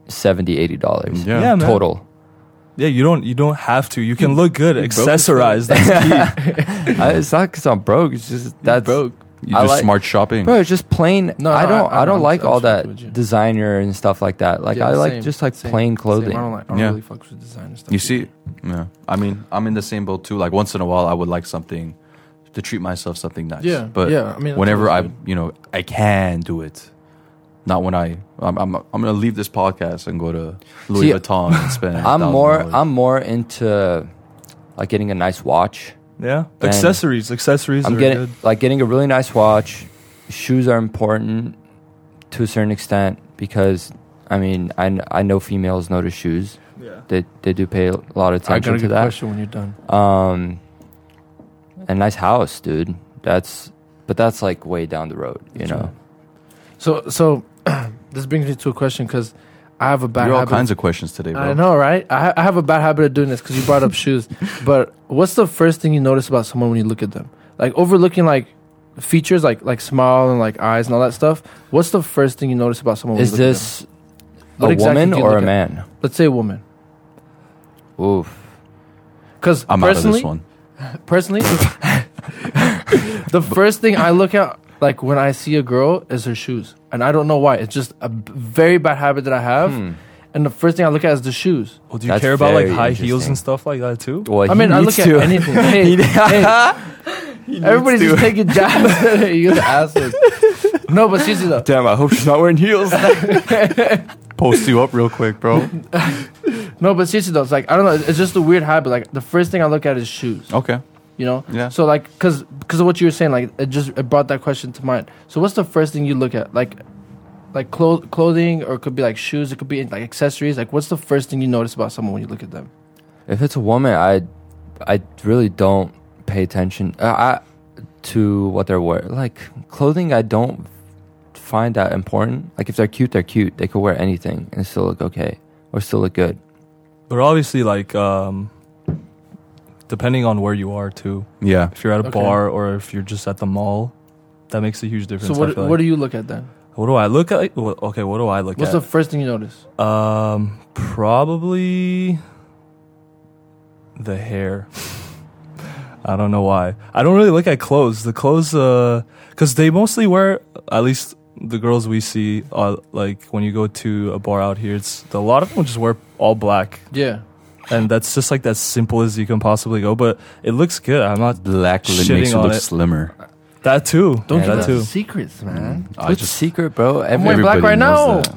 Speaker 4: 70 dollars
Speaker 3: Yeah.
Speaker 1: Yeah, man.
Speaker 4: total.
Speaker 1: Yeah, you don't you don't have to. You can look good,
Speaker 2: *laughs*
Speaker 1: accessorized. That's key.
Speaker 4: *laughs* I, it's not because I'm broke. It's just that's
Speaker 2: broke.
Speaker 3: You
Speaker 4: I
Speaker 3: just
Speaker 4: like-
Speaker 3: smart shopping.
Speaker 4: Bro, it's just plain.
Speaker 2: No,
Speaker 4: No, I
Speaker 2: no,
Speaker 4: don't.
Speaker 2: I-
Speaker 4: I,
Speaker 2: I
Speaker 4: don't
Speaker 2: know,
Speaker 4: like
Speaker 2: I'm
Speaker 4: all
Speaker 2: just
Speaker 4: that
Speaker 2: with you.
Speaker 4: designer and stuff like that. Like
Speaker 2: Yeah,
Speaker 4: I like
Speaker 2: same,
Speaker 4: just like
Speaker 2: same,
Speaker 4: plain clothing.
Speaker 2: Same. I don't like. I don't
Speaker 3: Yeah.
Speaker 2: really fucks with design and stuff.
Speaker 3: You see, yeah. I mean, I'm in the same boat too. Like once in a while, I would like something to treat myself something nice.
Speaker 2: Yeah,
Speaker 3: but
Speaker 2: yeah, I mean, that's
Speaker 3: whenever I,
Speaker 2: always good.
Speaker 3: you know, I can do it. Not when I, I'm, I'm, I'm gonna leave this podcast and go to Louis
Speaker 4: See,
Speaker 3: Vuitton
Speaker 2: *laughs*
Speaker 3: and spend.
Speaker 4: I'm
Speaker 3: $1,000.
Speaker 4: more. I'm more into like getting a nice watch.
Speaker 1: *laughs* Yeah,
Speaker 4: Dang.
Speaker 1: accessories, accessories
Speaker 4: I'm
Speaker 1: are
Speaker 4: getting
Speaker 1: good.
Speaker 4: like getting a really nice watch. Shoes are important to a certain extent because I mean I, kn- I know females notice shoes.
Speaker 1: Yeah.
Speaker 4: They they do pay a lot of
Speaker 2: I got
Speaker 4: attention
Speaker 2: a
Speaker 4: to
Speaker 2: good
Speaker 4: that.
Speaker 2: question when you're done.
Speaker 4: Um, a nice house, dude. That's but that's like way down the road, you
Speaker 2: That's
Speaker 4: know.
Speaker 2: right. So, so *clears throat* this brings me to a question because I have a bad
Speaker 3: You're all
Speaker 2: habit.
Speaker 3: kinds of questions today, bro.
Speaker 2: I know, right? I, ha- I have a bad habit of doing this because you brought up
Speaker 3: *laughs*
Speaker 2: shoes. But what's the first thing you notice about someone when you look at them? Like overlooking like features, like like smile and like eyes and all that stuff. What's the first thing you notice about someone? When
Speaker 4: Is
Speaker 2: you look at
Speaker 4: this
Speaker 2: What
Speaker 4: a
Speaker 2: exactly
Speaker 4: woman
Speaker 2: do you
Speaker 4: or a
Speaker 2: look at?
Speaker 4: man?
Speaker 2: them? Let's say a woman,
Speaker 4: Oof.
Speaker 2: because
Speaker 3: I'm out of
Speaker 2: personally,
Speaker 3: this one.
Speaker 2: personally, *laughs* the first thing I look at like when I see a girl is her shoes, and I don't know why. It's just a b- very bad habit that I have,
Speaker 4: Hmm.
Speaker 2: and the first thing I look at is the shoes.
Speaker 1: Well, do you
Speaker 4: That's
Speaker 1: care about like
Speaker 4: very
Speaker 1: high heels
Speaker 4: interesting.
Speaker 1: and stuff like that too?
Speaker 4: Well,
Speaker 2: I
Speaker 4: he
Speaker 2: mean, I look
Speaker 4: needs
Speaker 2: at
Speaker 4: to. *laughs*
Speaker 2: anything. Hey, hey. Everybody's just taking jabs. *laughs* You're the asshole. No, but seriously though,
Speaker 4: Damn, I hope she's not wearing heels. *laughs*
Speaker 3: Post you up real quick, bro.
Speaker 2: no, but seriously though, it's like I don't know. It's just a weird habit. Like the first thing I look at is shoes.
Speaker 3: *laughs* okay.
Speaker 2: You know.
Speaker 3: Yeah.
Speaker 2: So like, cause because of what you were saying, like it just it brought that question to mind. So what's the first thing you look at? Like, like clo- clothing, or it could be like shoes. It could be like accessories. Like, what's the first thing you notice about someone when you look at them?
Speaker 4: if it's a woman, I I really don't pay attention uh, I, to what they're wearing. Like clothing, I don't find that important. Like if they're cute, they're cute. They could wear anything and still look okay or still look good.
Speaker 1: But obviously, like um, depending on where you are too.
Speaker 3: Yeah.
Speaker 1: If you're at a
Speaker 2: Okay.
Speaker 1: bar or if you're just at the mall, that makes a huge difference.
Speaker 2: So what
Speaker 1: I
Speaker 2: what do you look at then?
Speaker 1: you, what do I look at? Well, okay, what do I look
Speaker 2: What's
Speaker 1: at?
Speaker 2: the first thing you notice?
Speaker 1: Um, probably the hair. *laughs* I don't know why. I don't really look at clothes. The clothes, uh, because they mostly wear at least the girls we see. Uh, like when you go to a bar out here, it's a lot of them just wear all black,
Speaker 2: Yeah.
Speaker 1: and that's just like as simple as you can possibly go. But it looks good. I'm not
Speaker 3: Black li-
Speaker 1: Shitting
Speaker 3: makes you
Speaker 1: on
Speaker 3: look
Speaker 1: it.
Speaker 3: slimmer.
Speaker 1: that too.
Speaker 2: Don't
Speaker 4: Yeah,
Speaker 2: give
Speaker 1: that
Speaker 2: us
Speaker 1: too.
Speaker 2: secrets, man.
Speaker 3: I
Speaker 4: What's
Speaker 3: just-
Speaker 4: secret, bro?
Speaker 2: I'm wearing black
Speaker 3: everybody
Speaker 2: right now.
Speaker 3: knows that.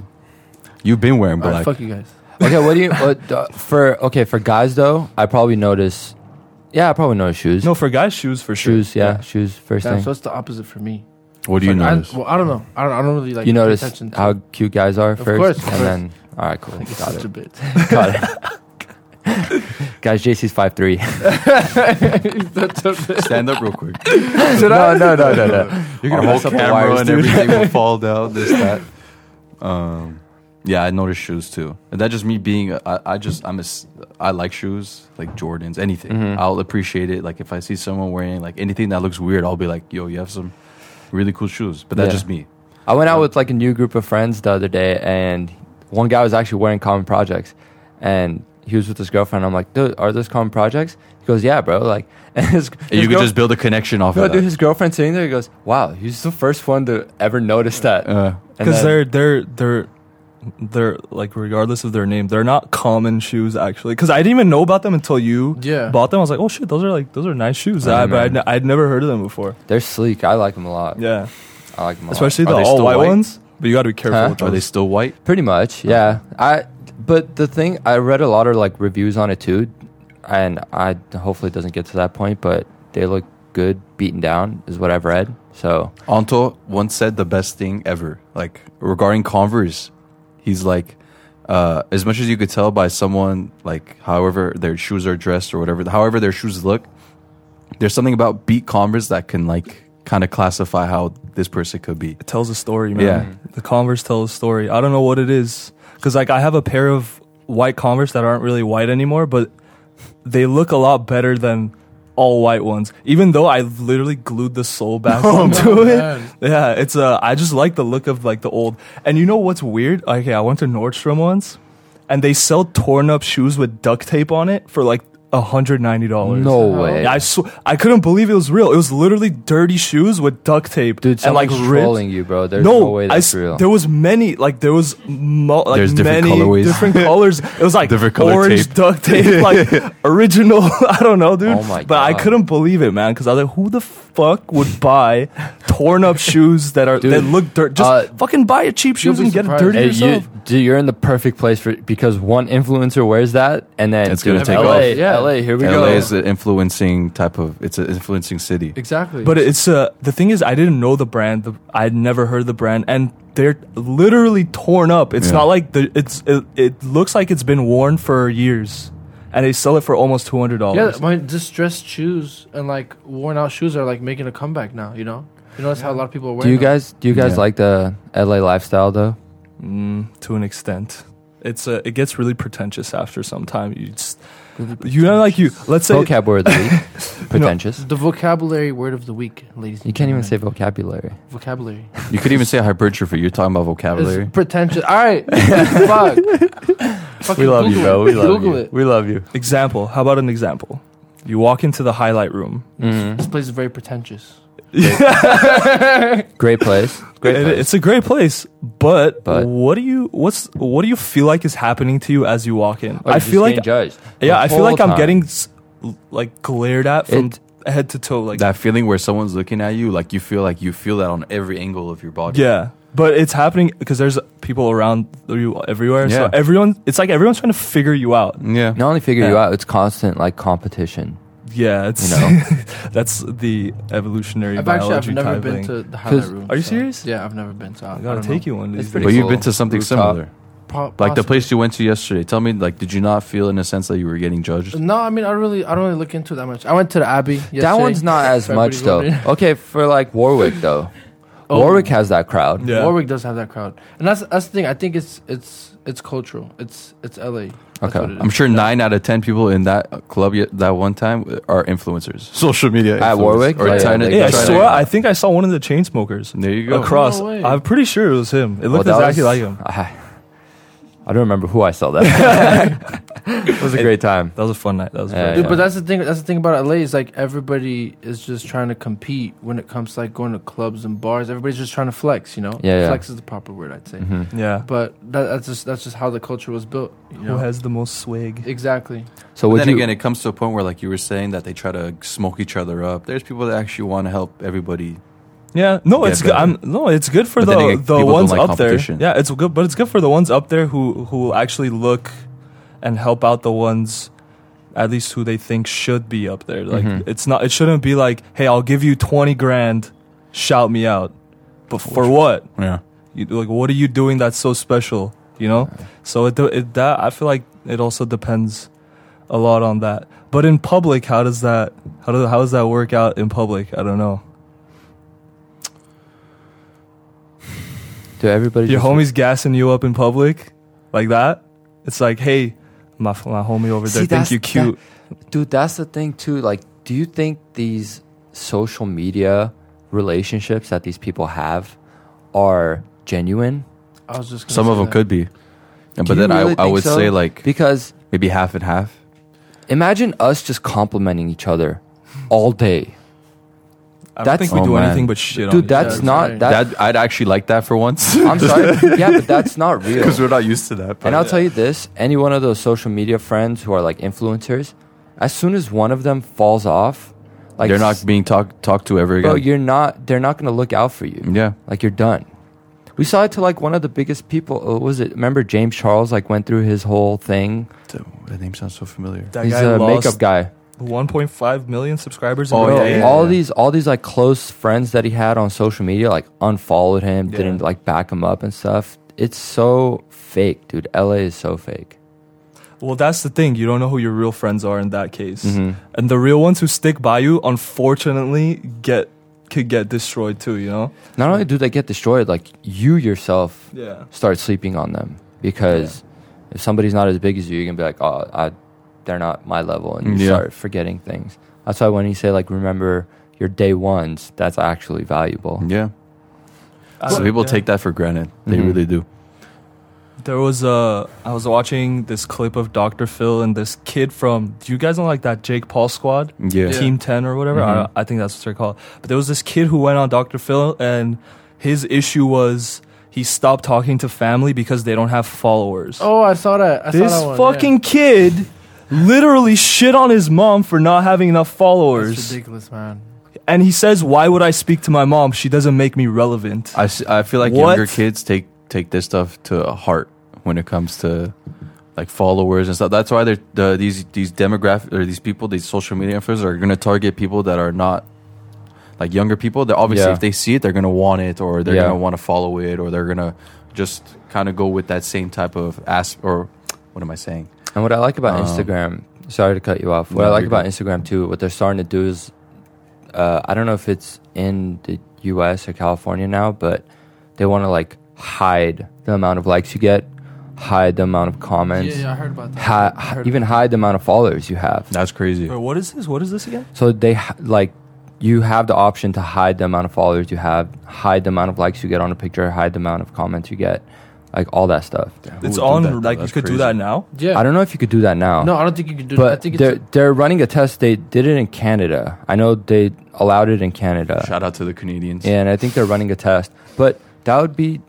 Speaker 3: You've been wearing
Speaker 2: All right,
Speaker 3: black.
Speaker 2: fuck you guys.
Speaker 4: okay, what do you what, uh, for? Okay, for guys though, I probably notice. Yeah, I probably notice shoes.
Speaker 1: No, for guys, shoes for sure.
Speaker 4: shoes. Yeah, shoes first
Speaker 2: Damn,
Speaker 4: thing.
Speaker 2: so it's the opposite for me.
Speaker 3: what do you
Speaker 2: Like, *laughs*
Speaker 3: notice?
Speaker 2: I, well, I don't know. I don't, I don't really like.
Speaker 4: you
Speaker 2: pay
Speaker 4: notice
Speaker 2: attention to-
Speaker 4: how cute guys are first,
Speaker 2: course,
Speaker 4: and
Speaker 2: of course.
Speaker 4: then all right, cool,
Speaker 2: Like, it's
Speaker 4: got
Speaker 2: such
Speaker 4: it,
Speaker 2: a bit.
Speaker 4: got it.
Speaker 2: *laughs*
Speaker 4: guys, JC's five three.
Speaker 3: Stand up real quick.
Speaker 4: no, no, no, no, no.
Speaker 2: *laughs*
Speaker 3: You're
Speaker 4: Our
Speaker 3: gonna
Speaker 4: whole
Speaker 3: mess up the
Speaker 4: camera
Speaker 3: wires,
Speaker 4: and
Speaker 3: and everything *laughs* will fall down. This that. Um, yeah, I noticed shoes too, and that just me being. a- I, I just I'm a. s- I like shoes, like Jordans, Mm-hmm. anything. I'll appreciate it. Like if I see someone wearing like anything that looks weird, I'll be like, "Yo, you have some really cool shoes. But that's
Speaker 4: Yeah.
Speaker 3: just me.
Speaker 4: I went out with like a new group of friends the other day, and one guy was actually wearing Common Projects, and he was with his girlfriend. I'm like, dude, are those Common Projects? He goes, yeah, bro. Like, *laughs* and his,
Speaker 3: And
Speaker 4: his
Speaker 3: you could
Speaker 4: girl-
Speaker 3: just build a connection off
Speaker 4: no,
Speaker 3: of
Speaker 4: dude,
Speaker 3: that.
Speaker 4: his girlfriend sitting there. He goes, wow, he's the first one to ever notice that.
Speaker 3: Uh,
Speaker 4: And
Speaker 1: because
Speaker 4: then-
Speaker 1: they're they're they're they're like regardless of their name, they're not common shoes actually. Because I didn't even know about them until you
Speaker 2: Yeah.
Speaker 1: bought them. I was like, oh shit, those are like those are nice shoes.
Speaker 4: I
Speaker 1: I, but I'd,
Speaker 4: know.
Speaker 1: ne- I'd never heard of them before.
Speaker 4: they're sleek. I like them a lot.
Speaker 1: Yeah,
Speaker 4: I like them a
Speaker 1: especially
Speaker 3: Are
Speaker 1: the
Speaker 3: they
Speaker 1: all
Speaker 3: still
Speaker 1: white,
Speaker 3: white?
Speaker 1: ones. But you got to be careful.
Speaker 4: Huh?
Speaker 1: With
Speaker 3: are they
Speaker 1: those.
Speaker 3: still white?
Speaker 4: lot. Pretty much, yeah. I but the thing I read a lot of like reviews on it too, and I hopefully it doesn't get to that point, but they look good, beaten down is what I've read. So
Speaker 3: Anto once said the best thing ever. Like regarding Converse, he's like, uh, as much as you could tell by someone like however their shoes are dressed or whatever, however their shoes look, there's something about beat Converse that can like kind of classify how this person could be.
Speaker 1: It tells a story, man.
Speaker 3: Yeah.
Speaker 1: The Converse tells a story. I don't know what it is because like I have a pair of white Converse that aren't really white anymore, but they look a lot better than all white ones. Even though I literally glued the sole
Speaker 4: *laughs*
Speaker 1: back
Speaker 4: Oh
Speaker 1: onto it.
Speaker 2: man.
Speaker 1: Yeah, it's uh I just like the look of like the old. And you know what's weird? Okay, I went to Nordstrom once and they sell torn up shoes with duct tape on it for like $190.
Speaker 4: no
Speaker 2: hell?
Speaker 4: way.
Speaker 1: Yeah, I sw- I couldn't believe it was real. It was literally dirty shoes with duct tape,
Speaker 4: Dude,
Speaker 1: and like
Speaker 4: someone's
Speaker 1: ripped-
Speaker 4: trolling you, bro. There's no,
Speaker 1: no,
Speaker 4: way
Speaker 1: I
Speaker 4: that's
Speaker 1: s-
Speaker 4: real.
Speaker 1: there was many like there was mo- like
Speaker 3: There's different
Speaker 1: many
Speaker 3: colorways.
Speaker 1: different colors. It was like
Speaker 3: Different color
Speaker 1: orange
Speaker 3: tape.
Speaker 1: duct tape, like original. *laughs* I don't know, dude.
Speaker 4: Oh my
Speaker 1: but I
Speaker 4: God.
Speaker 1: couldn't believe it, man, because I was like, who the fuck would buy torn up shoes that are
Speaker 4: Dude,
Speaker 1: that look dirt? Just
Speaker 4: uh,
Speaker 1: fucking buy your cheap
Speaker 2: you'll
Speaker 1: shoes
Speaker 2: be
Speaker 1: and get it
Speaker 2: surprised.
Speaker 1: dirty
Speaker 4: Hey, you,
Speaker 1: yourself.
Speaker 4: dude, you're in the perfect place for because one influencer wears that, and then
Speaker 3: It's gonna
Speaker 4: dude,
Speaker 3: take
Speaker 4: LA,
Speaker 3: off.
Speaker 4: Yeah, LA, here we go.
Speaker 3: LA is an influencing type of. It's an influencing city.
Speaker 2: Exactly.
Speaker 1: But it's uh, the thing is, I didn't know the brand. The, I'd never heard of the brand, and they're literally torn up. It's
Speaker 3: Yeah.
Speaker 1: not like the it's it, it looks like it's been worn for years, and they sell it for almost two hundred dollars.
Speaker 2: yeah, my distressed shoes and like worn out shoes are like making a comeback now. You know, you notice how a lot of people are
Speaker 4: do
Speaker 2: wearing.
Speaker 4: you guys do you guys
Speaker 3: Yeah.
Speaker 4: like the LA lifestyle though?
Speaker 1: Mm, to an extent, it's uh, it gets really pretentious after some time. You just you know like you let's say
Speaker 4: vocab word
Speaker 1: *laughs*
Speaker 4: of the week. pretentious.
Speaker 2: them. the vocabulary word of the week, ladies. and
Speaker 4: You can't even say
Speaker 2: gentlemen.
Speaker 4: vocabulary.
Speaker 2: vocabulary.
Speaker 3: You could even say hypertrophy. You're talking about vocabulary.
Speaker 2: It's pretentious. All
Speaker 4: *laughs*
Speaker 2: right, fuck. Fucking Google it. Google it.
Speaker 4: We love you.
Speaker 1: example. How about an example? You walk into the highlight room.
Speaker 2: This place is very
Speaker 4: *laughs*
Speaker 2: pretentious.
Speaker 1: *laughs*
Speaker 4: Great place. Great
Speaker 1: It-
Speaker 4: place.
Speaker 1: it's a great place, but,
Speaker 4: But-
Speaker 1: what do you what's what do you feel like is happening to you as you walk in?
Speaker 4: Oh, you're
Speaker 1: I
Speaker 4: just
Speaker 1: feel like
Speaker 4: getting judged. the
Speaker 1: yeah, I feel
Speaker 4: whole
Speaker 1: like I'm
Speaker 4: time.
Speaker 1: getting s- like glared at from
Speaker 4: It-
Speaker 1: head to toe. Like
Speaker 3: that feeling where someone's looking at you, like you feel like you feel that on every angle of your body.
Speaker 1: yeah, but it's happening because there's people around you everywhere.
Speaker 3: Yeah.
Speaker 1: So everyone, it's like everyone's trying to figure you out.
Speaker 3: Yeah.
Speaker 4: not only figure you
Speaker 1: Yeah.
Speaker 4: out, it's constant like competition.
Speaker 1: Yeah, it's *laughs*
Speaker 4: You know?
Speaker 1: that's the evolutionary
Speaker 2: I've actually
Speaker 1: biology
Speaker 2: I've never
Speaker 1: type
Speaker 2: been
Speaker 1: thing.
Speaker 2: to the highlight
Speaker 4: 'Cause-
Speaker 2: room.
Speaker 1: Are you
Speaker 2: so-
Speaker 1: serious?
Speaker 2: Yeah, I've never been. So I,
Speaker 1: I
Speaker 2: I
Speaker 1: gotta
Speaker 2: don't
Speaker 1: take
Speaker 2: know.
Speaker 1: you one of
Speaker 4: It's
Speaker 1: these
Speaker 4: pretty
Speaker 1: days.
Speaker 3: But you've
Speaker 4: cool.
Speaker 3: been to something
Speaker 4: Rooftop.
Speaker 3: similar,
Speaker 2: Po-
Speaker 3: like the
Speaker 2: possibly.
Speaker 3: place you went to yesterday. Tell me, like, did you not feel in a sense that you were getting judged?
Speaker 2: No, I mean I really I don't really look into it that much. I went to the Abbey. Yesterday.
Speaker 4: That one's not as
Speaker 2: For
Speaker 4: much
Speaker 2: everybody's
Speaker 4: though.
Speaker 2: wondering.
Speaker 4: Okay, for like Warwick
Speaker 1: *laughs*
Speaker 4: though.
Speaker 2: Oh.
Speaker 4: Warwick has that crowd.
Speaker 1: Yeah.
Speaker 2: Warwick does have that crowd, and that's that's the thing. I think it's it's it's cultural. It's it's LA. That's
Speaker 4: Okay.
Speaker 2: what it is.
Speaker 3: I'm sure nine out of ten people in that club ye- that one time are influencers. Social media influencers.
Speaker 4: At Warwick?
Speaker 3: or
Speaker 4: Yeah,
Speaker 3: China.
Speaker 4: they-
Speaker 1: Yeah, I
Speaker 4: Try
Speaker 3: China-
Speaker 4: that.
Speaker 1: swear, I think I saw one of the chain smokers
Speaker 3: There you go.
Speaker 1: across.
Speaker 2: No way.
Speaker 1: I'm pretty sure it was him. It looked
Speaker 3: Oh,
Speaker 4: Well, that
Speaker 1: exactly
Speaker 4: was-
Speaker 1: like him.
Speaker 4: I, I don't remember who I saw that.
Speaker 1: *laughs*
Speaker 4: it was a great time.
Speaker 1: That was a fun night. That was a
Speaker 4: Yeah,
Speaker 1: very
Speaker 2: Dude,
Speaker 1: fun
Speaker 2: but
Speaker 1: night.
Speaker 2: that's the thing. That's the thing about LA is like everybody is just trying to compete when it comes to like going to clubs and bars. Everybody's just trying to flex. You know,
Speaker 4: Yeah, yeah.
Speaker 2: flex is the proper word I'd say.
Speaker 4: Mhm.
Speaker 1: yeah.
Speaker 2: But that, that's just that's just how the culture was built. You know,
Speaker 1: Who has the most swag?
Speaker 2: exactly.
Speaker 4: So
Speaker 3: But
Speaker 4: would
Speaker 3: then
Speaker 4: you?
Speaker 3: again, it comes to a point where, like you were saying, that they try to smoke each other up. There's people that actually want to help everybody.
Speaker 1: Yeah, no,
Speaker 3: Yeah,
Speaker 1: it's good.
Speaker 3: better.
Speaker 1: I'm no, it's good for
Speaker 3: But then
Speaker 1: the
Speaker 3: again,
Speaker 1: the
Speaker 3: people don't
Speaker 1: ones
Speaker 3: like
Speaker 1: up there.
Speaker 3: competition.
Speaker 1: Yeah, it's good, but it's good for the ones up there who who actually look and help out the ones at least who they think should be up there. Like
Speaker 3: Mm-hmm.
Speaker 4: Mhm.
Speaker 1: it's not, it shouldn't be like, hey, I'll give you twenty grand, shout me out, but for what?
Speaker 3: Yeah.
Speaker 1: You, like, what are you doing that's so special? You know. So it, do- it that I feel like it also depends a lot on that. But in public, how does that how do, how does that work out in public? I don't know.
Speaker 4: do everybody?
Speaker 1: Your
Speaker 4: just,
Speaker 1: homie's gassing you up in public like that. It's like, hey, my f- my homie over there,
Speaker 4: See,
Speaker 1: think
Speaker 4: that's-
Speaker 1: you cute.
Speaker 4: dude, that's the thing too. Like, do you think these social media relationships that these people have are genuine
Speaker 2: I was just gonna
Speaker 3: Some
Speaker 2: say
Speaker 3: of them
Speaker 2: that.
Speaker 3: could be, and, but
Speaker 4: Do you
Speaker 3: then
Speaker 4: really
Speaker 3: I, I
Speaker 4: think
Speaker 3: would
Speaker 4: so?
Speaker 3: say like
Speaker 4: because
Speaker 3: maybe half and half.
Speaker 4: imagine us just complimenting each other all day.
Speaker 1: I don't
Speaker 4: That's-
Speaker 1: think we
Speaker 3: Oh,
Speaker 1: do
Speaker 3: man.
Speaker 1: anything but shit on
Speaker 4: Dude,
Speaker 1: each
Speaker 4: that's
Speaker 1: other.
Speaker 4: not
Speaker 2: sorry.
Speaker 4: that,
Speaker 3: that I'd actually like that for once
Speaker 4: I'm sorry. *laughs* yeah, but that's not
Speaker 3: *laughs*
Speaker 4: real.
Speaker 3: because we're not used to that.
Speaker 4: And I'll tell you this, any one of those social media friends who are like influencers, as soon as one of them falls off, like
Speaker 3: they're not being talked talked to ever again.
Speaker 4: bro, you're not they're not going to look out for you.
Speaker 3: yeah,
Speaker 4: Like you're done. We saw it to like one of the biggest people. Oh, was it? Remember James Charles? Like went through his whole thing.
Speaker 3: that name sounds so familiar.
Speaker 1: That
Speaker 4: He's
Speaker 1: guy
Speaker 4: a
Speaker 1: lost
Speaker 4: makeup guy.
Speaker 1: 1.5 million subscribers. in
Speaker 3: Oh,
Speaker 1: one
Speaker 3: yeah,
Speaker 1: day.
Speaker 3: yeah.
Speaker 4: all these all these like close friends that he had on social media like unfollowed him
Speaker 1: Yeah.
Speaker 4: didn't like back him up and stuff it's so fake dude la is so fake
Speaker 1: Well, that's the thing. You don't know who your real friends are in that case,
Speaker 4: Mm-hmm.
Speaker 3: Mm-hmm.
Speaker 1: and the real ones who stick by you, unfortunately, get could get destroyed too. You know.
Speaker 4: not only do they get destroyed like you yourself
Speaker 1: Yeah.
Speaker 4: start sleeping on them because if somebody's not as big as you you can be like oh I, they're not my level and you
Speaker 3: Yeah.
Speaker 4: start forgetting things that's why when you say like remember your day ones that's actually valuable
Speaker 3: Yeah, so people take that for granted. They
Speaker 4: Mhm.
Speaker 3: really do.
Speaker 1: There was a. I was watching this clip of Dr. Phil and this kid from. Do you guys know like that Jake Paul squad?
Speaker 3: Yeah, Mm-hmm.
Speaker 1: Team 10 or whatever. I,
Speaker 4: Mhm.
Speaker 1: don't- I think that's what they're called. But there was this kid who went on Dr. Phil, and his issue was he stopped talking to family because they don't have followers.
Speaker 2: Oh, I saw that. I
Speaker 1: this
Speaker 2: saw that one,
Speaker 1: fucking kid literally shit on his mom for not having enough
Speaker 2: yeah.
Speaker 1: followers.
Speaker 2: That's ridiculous, man.
Speaker 1: And he says, Why would I speak to my mom? She doesn't make me relevant.
Speaker 3: I, s- I feel like
Speaker 1: What?
Speaker 3: younger kids take take this stuff to heart when it comes to like followers and stuff. That's why they're the, these these demographic or these people, these social media influencers are going to target people that are not like younger people. That obviously,
Speaker 4: Yeah.
Speaker 3: if they see it, they're going to want it, or they're
Speaker 4: Yeah.
Speaker 3: going to want to follow it, or they're going to just kind of go with that same type of ask or what am I saying?
Speaker 4: And what I like about
Speaker 3: Um,
Speaker 4: Instagram, sorry to cut you off. What
Speaker 3: No,
Speaker 4: I like
Speaker 3: you're
Speaker 4: about
Speaker 3: good.
Speaker 4: Instagram too, what they're starting to do is, uh, I don't know if it's in the U.S. or California now, but they want to like hide the amount of likes you get, hide the amount of comments,
Speaker 2: yeah, yeah, I heard about that.
Speaker 4: hi-
Speaker 2: I heard
Speaker 4: even hide the amount of followers you have.
Speaker 3: That's crazy.
Speaker 1: Or what is this? What is this again?
Speaker 4: So they h- like you have the option to hide the amount of followers you have, hide the amount of likes you get on a picture, hide the amount of comments you get, like all that stuff.
Speaker 3: Who
Speaker 1: It's
Speaker 3: would do
Speaker 1: on,
Speaker 3: that, though?
Speaker 1: like, you
Speaker 3: That's
Speaker 1: could do
Speaker 3: crazy.
Speaker 1: that now.
Speaker 2: Yeah.
Speaker 4: I don't know if you could do that now.
Speaker 2: No, I don't think you can do that. I
Speaker 4: but
Speaker 2: think
Speaker 4: they're
Speaker 2: it's
Speaker 4: they're running a test. They did it in Canada. I know they allowed it in Canada,
Speaker 3: Shout out to the Canadians.
Speaker 4: and I think they're running a test. But that would be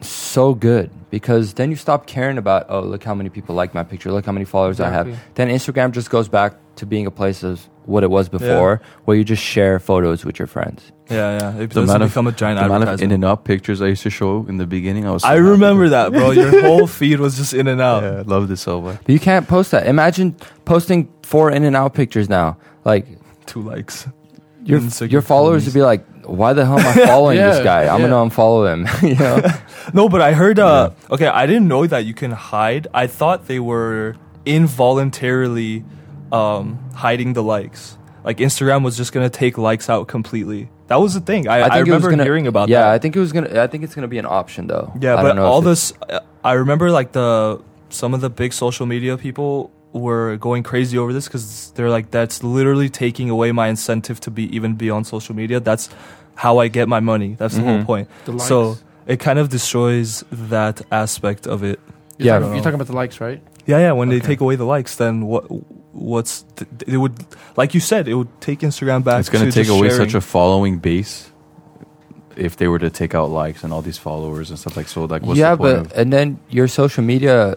Speaker 4: so good because then you stop caring about oh look how many people like my picture, look how many followers I have.
Speaker 2: Exactly.
Speaker 4: Then Instagram just goes back to being a place of what it was before, where you just share photos with your friends.
Speaker 1: Yeah, yeah. It
Speaker 3: The
Speaker 1: doesn't
Speaker 3: amount of-
Speaker 1: become a giant
Speaker 3: The amount of in
Speaker 1: advertisement.
Speaker 3: and out pictures I used to show in the beginning, I was. so
Speaker 1: I
Speaker 3: happy.
Speaker 1: remember that, bro. Your
Speaker 3: *laughs*
Speaker 1: whole feed was just in and out.
Speaker 3: Yeah, I love this so much.
Speaker 4: But you can't post that. Imagine posting four in and out pictures now. Like
Speaker 1: Two likes.
Speaker 4: your
Speaker 1: Instagram
Speaker 4: your followers would be like, why the hell
Speaker 2: *laughs*
Speaker 4: am I following this
Speaker 2: Yeah,
Speaker 4: guy? I'm
Speaker 2: yeah.
Speaker 4: gonna unfollow him. *laughs* you know.
Speaker 1: No, but I heard. Uh, Okay, I didn't know that you can hide. I thought they were involuntarily um, hiding the likes. Like Instagram was just gonna take likes out completely. That was the thing. I, I,
Speaker 4: it was
Speaker 1: remember
Speaker 4: gonna-
Speaker 1: hearing about
Speaker 4: yeah,
Speaker 1: that.
Speaker 4: I think it was gonna. I think it's gonna be an option though.
Speaker 1: Yeah,
Speaker 4: I don't
Speaker 1: but
Speaker 4: know
Speaker 1: all
Speaker 4: if it's-
Speaker 1: this, uh, I remember like the some of the big social media people were going crazy over this because they're like, that's literally taking away my incentive to be even be on social media. That's how I get my money. That's the whole
Speaker 4: Mhm.
Speaker 1: point.
Speaker 2: the likes.
Speaker 1: So it kind of destroys that aspect of it.
Speaker 2: you're
Speaker 4: yeah.
Speaker 2: talking, you're talking about the likes, right?
Speaker 1: Yeah, yeah. When they
Speaker 2: Okay.
Speaker 1: take away the likes, then what? What's th- it would like you said? It would take Instagram back.
Speaker 3: it's going
Speaker 1: to
Speaker 3: to take
Speaker 1: just
Speaker 3: away
Speaker 1: sharing.
Speaker 3: such a following base if they were to take out likes and all these followers and stuff like so like what's
Speaker 4: yeah,
Speaker 3: the point
Speaker 4: but
Speaker 3: of
Speaker 4: and then your social media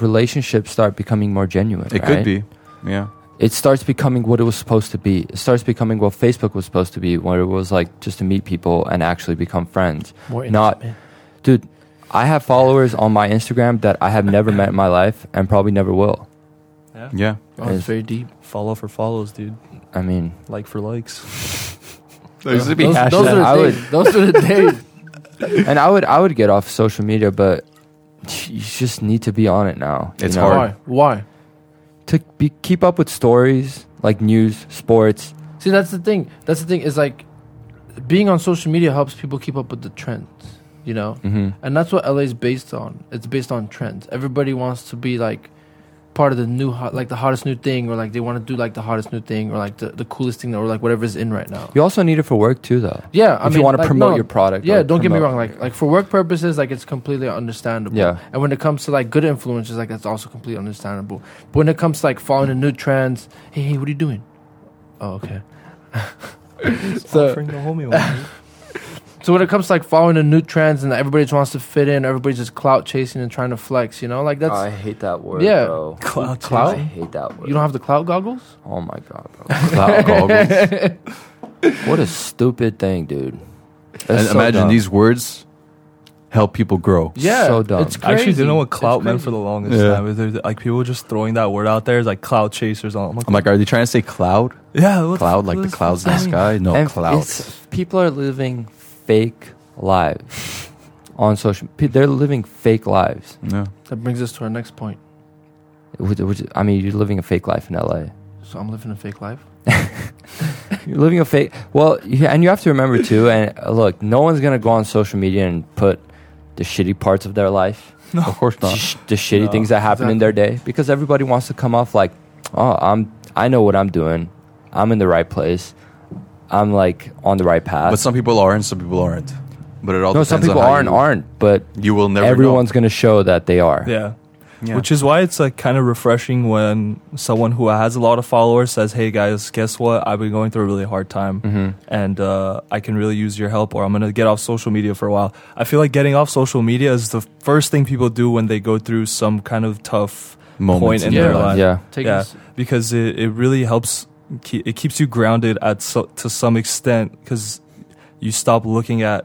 Speaker 4: relationships start becoming more genuine.
Speaker 3: it
Speaker 4: right?
Speaker 3: could be yeah
Speaker 4: It starts becoming what it was supposed to be. It starts becoming what Facebook was supposed to be, where it was like just to meet people and actually become friends.
Speaker 2: More
Speaker 4: Not-
Speaker 2: intimate.
Speaker 4: Dude, I have followers on my Instagram that I have never met in my life and probably never will.
Speaker 3: yeah
Speaker 2: Oh, it's very deep.
Speaker 1: follow for follows, dude.
Speaker 4: I mean,
Speaker 1: Like for likes. Oh,
Speaker 3: those,
Speaker 2: Those, those are
Speaker 4: I
Speaker 2: the
Speaker 4: would-
Speaker 2: days. Those
Speaker 4: *laughs*
Speaker 2: are the days.
Speaker 4: and I would I would get off social media, but you just need to be on it now. you
Speaker 3: It's
Speaker 4: know?
Speaker 3: hard.
Speaker 2: Why? Why?
Speaker 4: to be, keep up with stories like news, sports.
Speaker 2: See, that's the thing. That's the thing is like being on social media helps people keep up with the trends, you know?
Speaker 4: Mm-hmm.
Speaker 2: And that's what LA is based on. It's based on trends. Everybody wants to be like part of the new hot, like the hottest new thing, or like they want to do like the hottest new thing, or like the, the coolest thing, or like whatever's in right now.
Speaker 4: You also need it for work too, though.
Speaker 2: Yeah, I
Speaker 4: if
Speaker 2: mean,
Speaker 4: you want to
Speaker 2: like,
Speaker 4: promote
Speaker 2: no,
Speaker 4: your product.
Speaker 2: Yeah,
Speaker 4: or
Speaker 2: don't get me wrong.
Speaker 4: promote-
Speaker 2: Like like for work purposes, like it's completely understandable.
Speaker 4: Yeah.
Speaker 2: And when it comes to like good influences, like that's also completely understandable. But when it comes to like following the new trends, hey, hey, what are you doing? Oh, okay. So-
Speaker 1: offering the homie one. *laughs* dude.
Speaker 2: So when it comes to like following the new trends and everybody just wants to fit in, everybody's just clout chasing and trying to flex, you know? Like that's
Speaker 4: Oh, I hate that word.
Speaker 2: Yeah.
Speaker 4: bro.
Speaker 1: Clout
Speaker 4: I
Speaker 2: Clout?
Speaker 4: hate that word.
Speaker 2: you don't have the clout goggles?
Speaker 4: Oh my god, bro.
Speaker 3: Clout goggles.
Speaker 4: *laughs* What a stupid thing, dude. That's
Speaker 3: And
Speaker 4: so
Speaker 3: imagine
Speaker 4: dumb.
Speaker 3: these words help people grow.
Speaker 2: Yeah.
Speaker 4: So dumb.
Speaker 2: It's
Speaker 1: I
Speaker 2: crazy.
Speaker 1: actually didn't know what
Speaker 2: It's
Speaker 1: clout meant
Speaker 2: crazy.
Speaker 1: for the longest
Speaker 3: Yeah.
Speaker 1: time. They're- they're- Like people were just throwing that word out there as like cloud chasers. I'm like,
Speaker 3: I'm like, are they trying to say cloud?
Speaker 1: yeah, what
Speaker 3: Cloud, like the
Speaker 1: what's-
Speaker 3: clouds in the sky? No,
Speaker 4: And
Speaker 3: cloud.
Speaker 4: it's- People are living fake lives on social. pe- They're living fake lives.
Speaker 3: Yeah.
Speaker 2: That brings us to our next point.
Speaker 4: Which, which, I mean, you're living a fake life in LA.
Speaker 2: So I'm living a fake life.
Speaker 4: You're living a fake. Well, you- and you have to
Speaker 3: *laughs*
Speaker 4: remember too. And uh, look, no one's gonna go on social media and put the shitty parts of their
Speaker 3: *laughs*
Speaker 4: life,
Speaker 3: Of course
Speaker 4: the,
Speaker 3: not.
Speaker 4: sh- the shitty
Speaker 1: No,
Speaker 4: things that happen in their day, because everybody wants to come off like, oh, I'm, I know what I'm doing. I'm in the right place. I'm like on the right path.
Speaker 3: But some people are and some people aren't. But it all
Speaker 4: no,
Speaker 3: depends
Speaker 4: some people
Speaker 3: on how
Speaker 4: are and
Speaker 3: you-
Speaker 4: aren't, but
Speaker 3: You will never
Speaker 4: everyone's going to show that they are.
Speaker 1: Yeah.
Speaker 3: know.
Speaker 1: Which is why it's like kind of refreshing when someone who has a lot of followers says, "Hey guys, guess what? I've been going through a really hard time, and uh, I can really use your help, or I'm gonna get off social media for a while." I feel like getting off social media is the first thing people do when they go through some kind of tough
Speaker 3: Moments
Speaker 1: point in
Speaker 3: in
Speaker 1: their
Speaker 3: their
Speaker 1: life.
Speaker 3: life.
Speaker 4: Yeah.
Speaker 2: Take
Speaker 1: yeah,
Speaker 2: us-
Speaker 1: because it, it really helps. Keep, it keeps you grounded at so, to some extent because you stop looking at,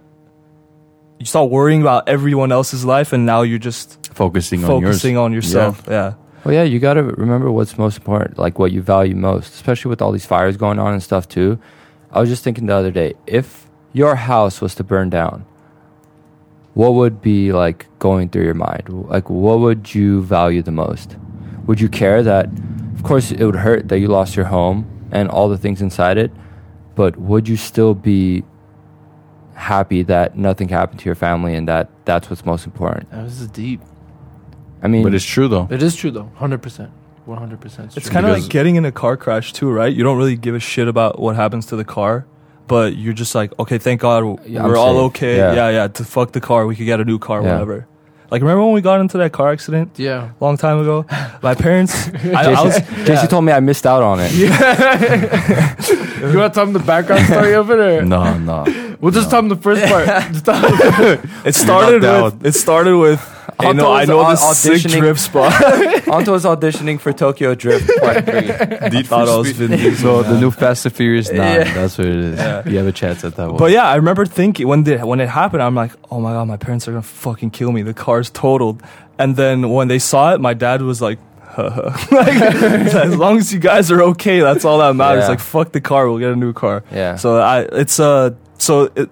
Speaker 1: you stop worrying about everyone else's life, and now you're just
Speaker 3: focusing, on yours.
Speaker 1: focusing on, yourself. Yeah.
Speaker 4: Well, yeah, you got to remember what's most important, like what you value most, especially with all these fires going on and stuff too. I was just thinking the other day, if your house was to burn down, what would be like going through your mind? Like, what would you value the most? Would you care that, of course, it would hurt that you lost your home and all the things inside it, but would you still be happy that nothing happened to your family and that that's what's most important?
Speaker 2: Oh, this is deep.
Speaker 4: I mean,
Speaker 3: But it's true though.
Speaker 2: It is true though. Hundred percent. One hundred percent.
Speaker 1: It's
Speaker 3: true.
Speaker 1: kind of
Speaker 3: Because-
Speaker 1: like getting in a car crash too, right? You don't really give a shit about what happens to the car, but you're just like, okay, thank God
Speaker 4: Yeah, I'm
Speaker 1: we're all
Speaker 4: safe.
Speaker 1: okay.
Speaker 4: Yeah.
Speaker 1: Yeah. yeah, To fuck the car, we could get a new car,
Speaker 4: Yeah.
Speaker 1: whatever. Like, remember when we got into that car accident
Speaker 2: yeah. *laughs*
Speaker 1: a long time ago? My
Speaker 4: *laughs*
Speaker 1: parents, *laughs* I, I
Speaker 4: Jason,
Speaker 1: was,
Speaker 4: Jason told me I missed out on it.
Speaker 2: you want to tell them the background story of
Speaker 1: *laughs*
Speaker 2: it, or
Speaker 3: No, *laughs* no.
Speaker 2: we'll just tell them the first
Speaker 3: *laughs*
Speaker 2: part. Just tell 'em-
Speaker 1: it started
Speaker 3: down.
Speaker 1: with, it started
Speaker 4: *laughs*
Speaker 1: with, hey,
Speaker 4: Anto
Speaker 1: no, I
Speaker 4: was
Speaker 1: know
Speaker 4: au-
Speaker 1: this sick
Speaker 4: auditioning. *laughs*
Speaker 1: drift spot.
Speaker 4: Anto was auditioning for Tokyo *laughs* Drift Part 3.
Speaker 1: I thought I was Vin
Speaker 3: So
Speaker 1: Diesel.
Speaker 3: the new Fast and Furious nine.
Speaker 4: Yeah.
Speaker 3: That's what it is.
Speaker 1: Yeah.
Speaker 3: You have a chance at that one.
Speaker 1: But yeah, I remember thinking when the, when it happened, I'm like, oh my god, my parents are gonna fucking kill me. The car's totaled. And then when they saw it, my dad was like, *laughs* like as long as you guys are okay, that's all that matters.
Speaker 4: Yeah.
Speaker 1: Like fuck the car, we'll get a new car.
Speaker 4: Yeah.
Speaker 1: So I it's uh so it,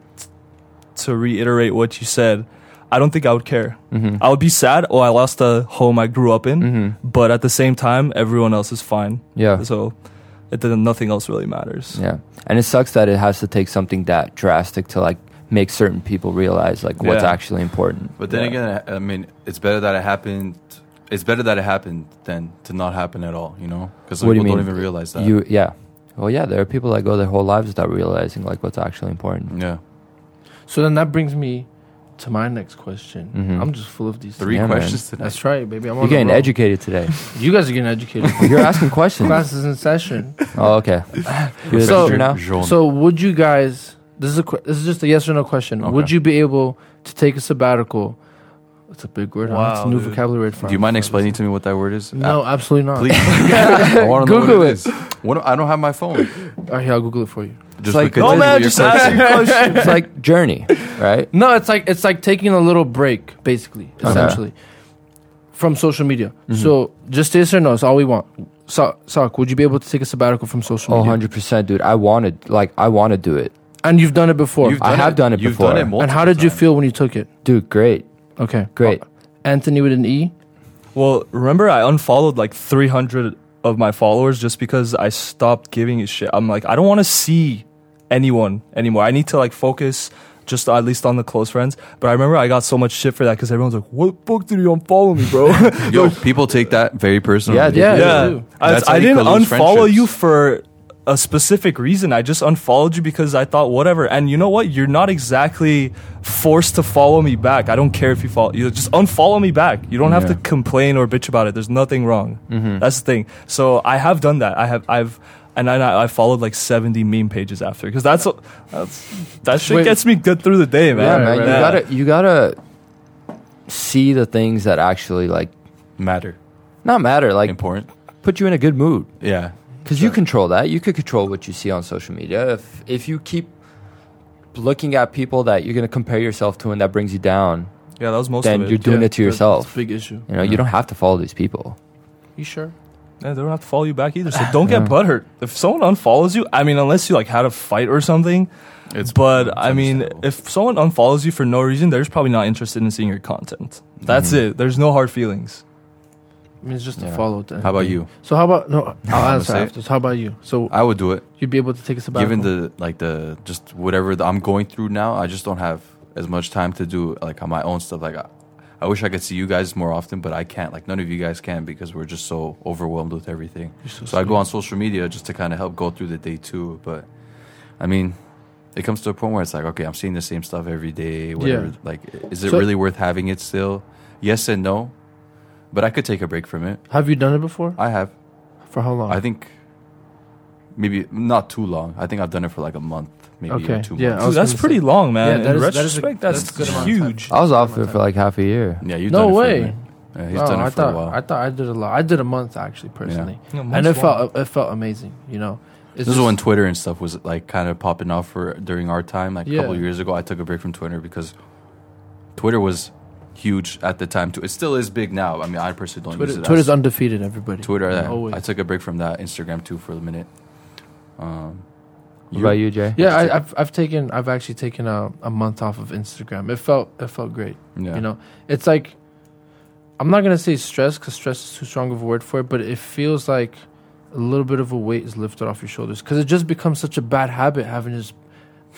Speaker 1: to reiterate what you said, I don't think I would care.
Speaker 4: Mm-hmm.
Speaker 1: I would be sad. Oh, I lost the home I grew up in, but at the same time, everyone else is fine.
Speaker 4: Mm. yeah.
Speaker 1: So it then nothing else really matters.
Speaker 4: Yeah. And it sucks that it has to take something that drastic to like make certain people realize like what's
Speaker 1: Yeah.
Speaker 4: actually important.
Speaker 3: But then
Speaker 1: Yeah.
Speaker 3: again, I I mean, it's better that it happened. It's better that it happened than to not happen at all. You know, because
Speaker 4: What do
Speaker 3: people do not
Speaker 4: you mean?
Speaker 3: even realize that.
Speaker 4: You yeah. Well, yeah, there are people that go their whole lives without realizing like what's actually important.
Speaker 3: yeah,
Speaker 2: so then that brings me to my next question.
Speaker 4: Mhm.
Speaker 2: I'm just full of these.
Speaker 3: Mm-hmm. three
Speaker 4: Yeah, man.
Speaker 3: questions today.
Speaker 2: That's right, baby. I'm on
Speaker 4: You're getting
Speaker 2: the roll.
Speaker 4: educated
Speaker 3: *laughs*
Speaker 4: today.
Speaker 2: You guys are getting educated.
Speaker 4: You're asking questions.
Speaker 2: Classes in
Speaker 3: *laughs*
Speaker 2: session.
Speaker 4: Oh, okay. You're the
Speaker 2: So-
Speaker 4: teacher now?
Speaker 3: Jaune.
Speaker 2: So would you guys? This is a que- this is just a yes or no question.
Speaker 3: Okay.
Speaker 2: Would you be able to take a sabbatical? It's a big word. Wow, it's a
Speaker 1: Wow,
Speaker 2: new
Speaker 1: dude.
Speaker 2: vocabulary word for
Speaker 3: do you mind explaining to me what that word is?
Speaker 2: No,
Speaker 3: Ah,
Speaker 2: absolutely not. *laughs*
Speaker 3: please. *laughs* I wanna know
Speaker 2: Google
Speaker 3: what
Speaker 2: it.
Speaker 3: is. What- I don't have my phone.
Speaker 2: All right, here, I'll Google it for you.
Speaker 3: Just
Speaker 4: like,
Speaker 3: because
Speaker 1: No
Speaker 3: of
Speaker 1: man,
Speaker 3: your
Speaker 1: just ask
Speaker 3: question.
Speaker 1: your question.
Speaker 4: It's like journey,
Speaker 3: *laughs*
Speaker 4: right?
Speaker 2: No, it's like it's like taking a little break, basically,
Speaker 4: Okay.
Speaker 2: essentially, from social media.
Speaker 3: Mm-hmm.
Speaker 2: So just yes or no is all we want. So, Sock, would you be able to take a sabbatical from social
Speaker 4: Oh,
Speaker 2: media?
Speaker 4: 100%, dude. I wanted like I want to do it.
Speaker 2: And you've done it before.
Speaker 3: You've
Speaker 4: I have done it
Speaker 3: You've
Speaker 4: before.
Speaker 3: done it
Speaker 4: And
Speaker 2: and
Speaker 3: multiple
Speaker 2: how did you
Speaker 3: times.
Speaker 2: feel when you took it?
Speaker 4: Dude, great.
Speaker 2: Okay,
Speaker 4: Great.
Speaker 2: Uh, Anthony with an E.
Speaker 1: Well, remember I unfollowed like 300 of my followers just because I stopped giving a shit. I'm like, I don't want to see anyone anymore. I need to like focus just at least on the close friends. But I remember I got so much shit for that because everyone's like, "What the fuck did you unfollow me, bro?"
Speaker 3: Yo, people take that very personally.
Speaker 4: Yeah, dude.
Speaker 2: Yeah.
Speaker 1: yeah,
Speaker 2: do.
Speaker 1: I,
Speaker 3: That's how
Speaker 1: I
Speaker 3: you
Speaker 1: didn't
Speaker 3: lose
Speaker 1: unfollow
Speaker 3: friendships.
Speaker 1: you for a specific reason. I just unfollowed you because I thought whatever. And you know what? You're not exactly forced to follow me back. I don't care if you follow. You just unfollow me back. You don't have to
Speaker 3: Yeah.
Speaker 1: complain or bitch about it. There's nothing wrong. That's the thing. So I have done that. I have. I've. And then I, I followed like 70 meme pages after because that's, that's that shit
Speaker 2: Wait.
Speaker 1: gets me good through the day, man.
Speaker 4: yeah, man.
Speaker 2: right,
Speaker 4: you
Speaker 2: right.
Speaker 4: gotta you gotta see the things that actually like
Speaker 3: matter
Speaker 4: not matter, like
Speaker 3: important. Mm-hmm.
Speaker 4: put you in a good mood.
Speaker 3: Yeah,
Speaker 4: Because you control that. You could control what you see on social media. If if you keep looking at people that you're gonna compare yourself to and that brings you down,
Speaker 1: Yeah, that was most
Speaker 4: then
Speaker 1: of
Speaker 4: you're
Speaker 1: it.
Speaker 4: doing
Speaker 2: Yeah,
Speaker 4: it to
Speaker 2: that-
Speaker 4: yourself.
Speaker 2: That's a big issue.
Speaker 4: You know, you don't have to follow these people.
Speaker 2: You sure?
Speaker 1: Yeah, they don't have to follow you back either.
Speaker 2: *sighs*
Speaker 1: So don't get butthurt. If someone unfollows you, I mean, unless you like had a fight or something.
Speaker 3: It's-
Speaker 1: but
Speaker 3: it's
Speaker 1: I mean,
Speaker 3: understandable.
Speaker 1: if someone unfollows you for no reason, they're just probably not interested in seeing your content. That's
Speaker 2: Mm-hmm.
Speaker 1: it. There's no hard feelings.
Speaker 2: I mean, it's just
Speaker 3: Yeah.
Speaker 2: a follow. to
Speaker 3: How about
Speaker 2: anything.
Speaker 3: you?
Speaker 2: So how about
Speaker 3: *laughs*
Speaker 2: no? I'll answer
Speaker 3: say it.
Speaker 2: after. So how about you? So
Speaker 3: I would do it.
Speaker 2: you'd be able to take a sabbatical.
Speaker 3: Given the like the just whatever the, I'm going through now, I just don't have as much time to do like on my own stuff. Like I, I wish I could see you guys more often, but I can't. Like none of you guys can because we're just so overwhelmed with everything. So, I go on social media just to kind of help go through the day too. But I mean, it comes to a point where it's like, okay, I'm seeing the same stuff every day. Whatever.
Speaker 2: Yeah.
Speaker 3: Like, is it
Speaker 2: So-
Speaker 3: really worth having it still? Yes and no. But I could take a break from it.
Speaker 2: Have you done it before?
Speaker 3: I have.
Speaker 2: For how long?
Speaker 3: I think maybe not too long. I think I've done it for like a month, maybe
Speaker 2: Okay,
Speaker 3: or two
Speaker 2: yeah, I
Speaker 3: months.
Speaker 1: Dude,
Speaker 2: was
Speaker 1: that's
Speaker 2: gonna
Speaker 1: pretty
Speaker 2: say-
Speaker 1: long, man.
Speaker 2: Yeah,
Speaker 1: In
Speaker 2: that is- that is a-
Speaker 1: retrospect, that's,
Speaker 2: that's a good amount of time.
Speaker 1: huge.
Speaker 4: I was off it for like half a year.
Speaker 3: Yeah, you've
Speaker 2: No
Speaker 3: done
Speaker 2: way.
Speaker 3: it for a minute. Yeah, he's
Speaker 2: Oh,
Speaker 3: done it
Speaker 2: I
Speaker 3: for
Speaker 2: thought
Speaker 3: a while.
Speaker 2: I thought I did a lot. I did a month actually personally,
Speaker 1: Yeah,
Speaker 2: and
Speaker 1: months
Speaker 2: it
Speaker 1: long.
Speaker 2: felt it felt amazing. You know, It's
Speaker 3: this is
Speaker 2: just-
Speaker 3: when Twitter and stuff was like kind of popping off for during our time, like a
Speaker 2: Yeah.
Speaker 3: couple years ago. I took a break from Twitter because Twitter was huge at the time too. It still is big now. I mean, I personally don't use
Speaker 2: Twitter,
Speaker 3: it.
Speaker 2: Twitter's
Speaker 3: as
Speaker 2: undefeated. Everybody.
Speaker 3: Twitter. yeah.
Speaker 2: Always.
Speaker 3: I took a break from that. Instagram too for a minute. Um,
Speaker 4: What about you, Jay?
Speaker 2: yeah, I, I've I've taken I've actually taken a, a month off of Instagram. It felt it felt great.
Speaker 3: Yeah.
Speaker 2: You know, it's like I'm not gonna say stress because stress is too strong of a word for it, but it feels like a little bit of a weight is lifted off your shoulders because it just becomes such a bad habit having just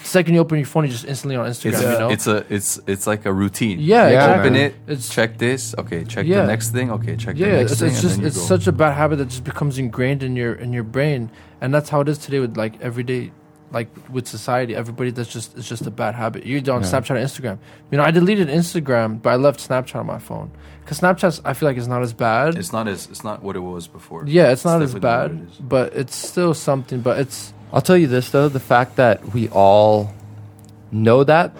Speaker 2: second you open your phone, you're just instantly on Instagram.
Speaker 3: It's,
Speaker 2: you know,
Speaker 3: it's a it's it's like a routine.
Speaker 2: Yeah,
Speaker 4: Yeah,
Speaker 2: exactly.
Speaker 3: Open it.
Speaker 2: It's
Speaker 3: check this. Okay, check
Speaker 2: Yeah.
Speaker 3: the next thing. Okay, check
Speaker 2: yeah,
Speaker 3: the next
Speaker 2: it's,
Speaker 3: thing.
Speaker 2: it's
Speaker 3: and
Speaker 2: just
Speaker 3: then you
Speaker 2: it's
Speaker 3: go.
Speaker 2: such a bad habit that just becomes ingrained in your in your brain, and that's how it is today with like everyday, like with society. Everybody that's just it's just a bad habit. You're on
Speaker 4: Yeah.
Speaker 2: Snapchat, and Instagram. You know, I deleted Instagram, but I left Snapchat on my phone because Snapchat I feel like is not as bad.
Speaker 3: It's not as it's not what it was before.
Speaker 2: yeah, it's not as
Speaker 3: definitely not
Speaker 2: bad,
Speaker 3: what it is.
Speaker 2: but it's still something. But it's
Speaker 4: I'll tell you this though, the fact that we all know that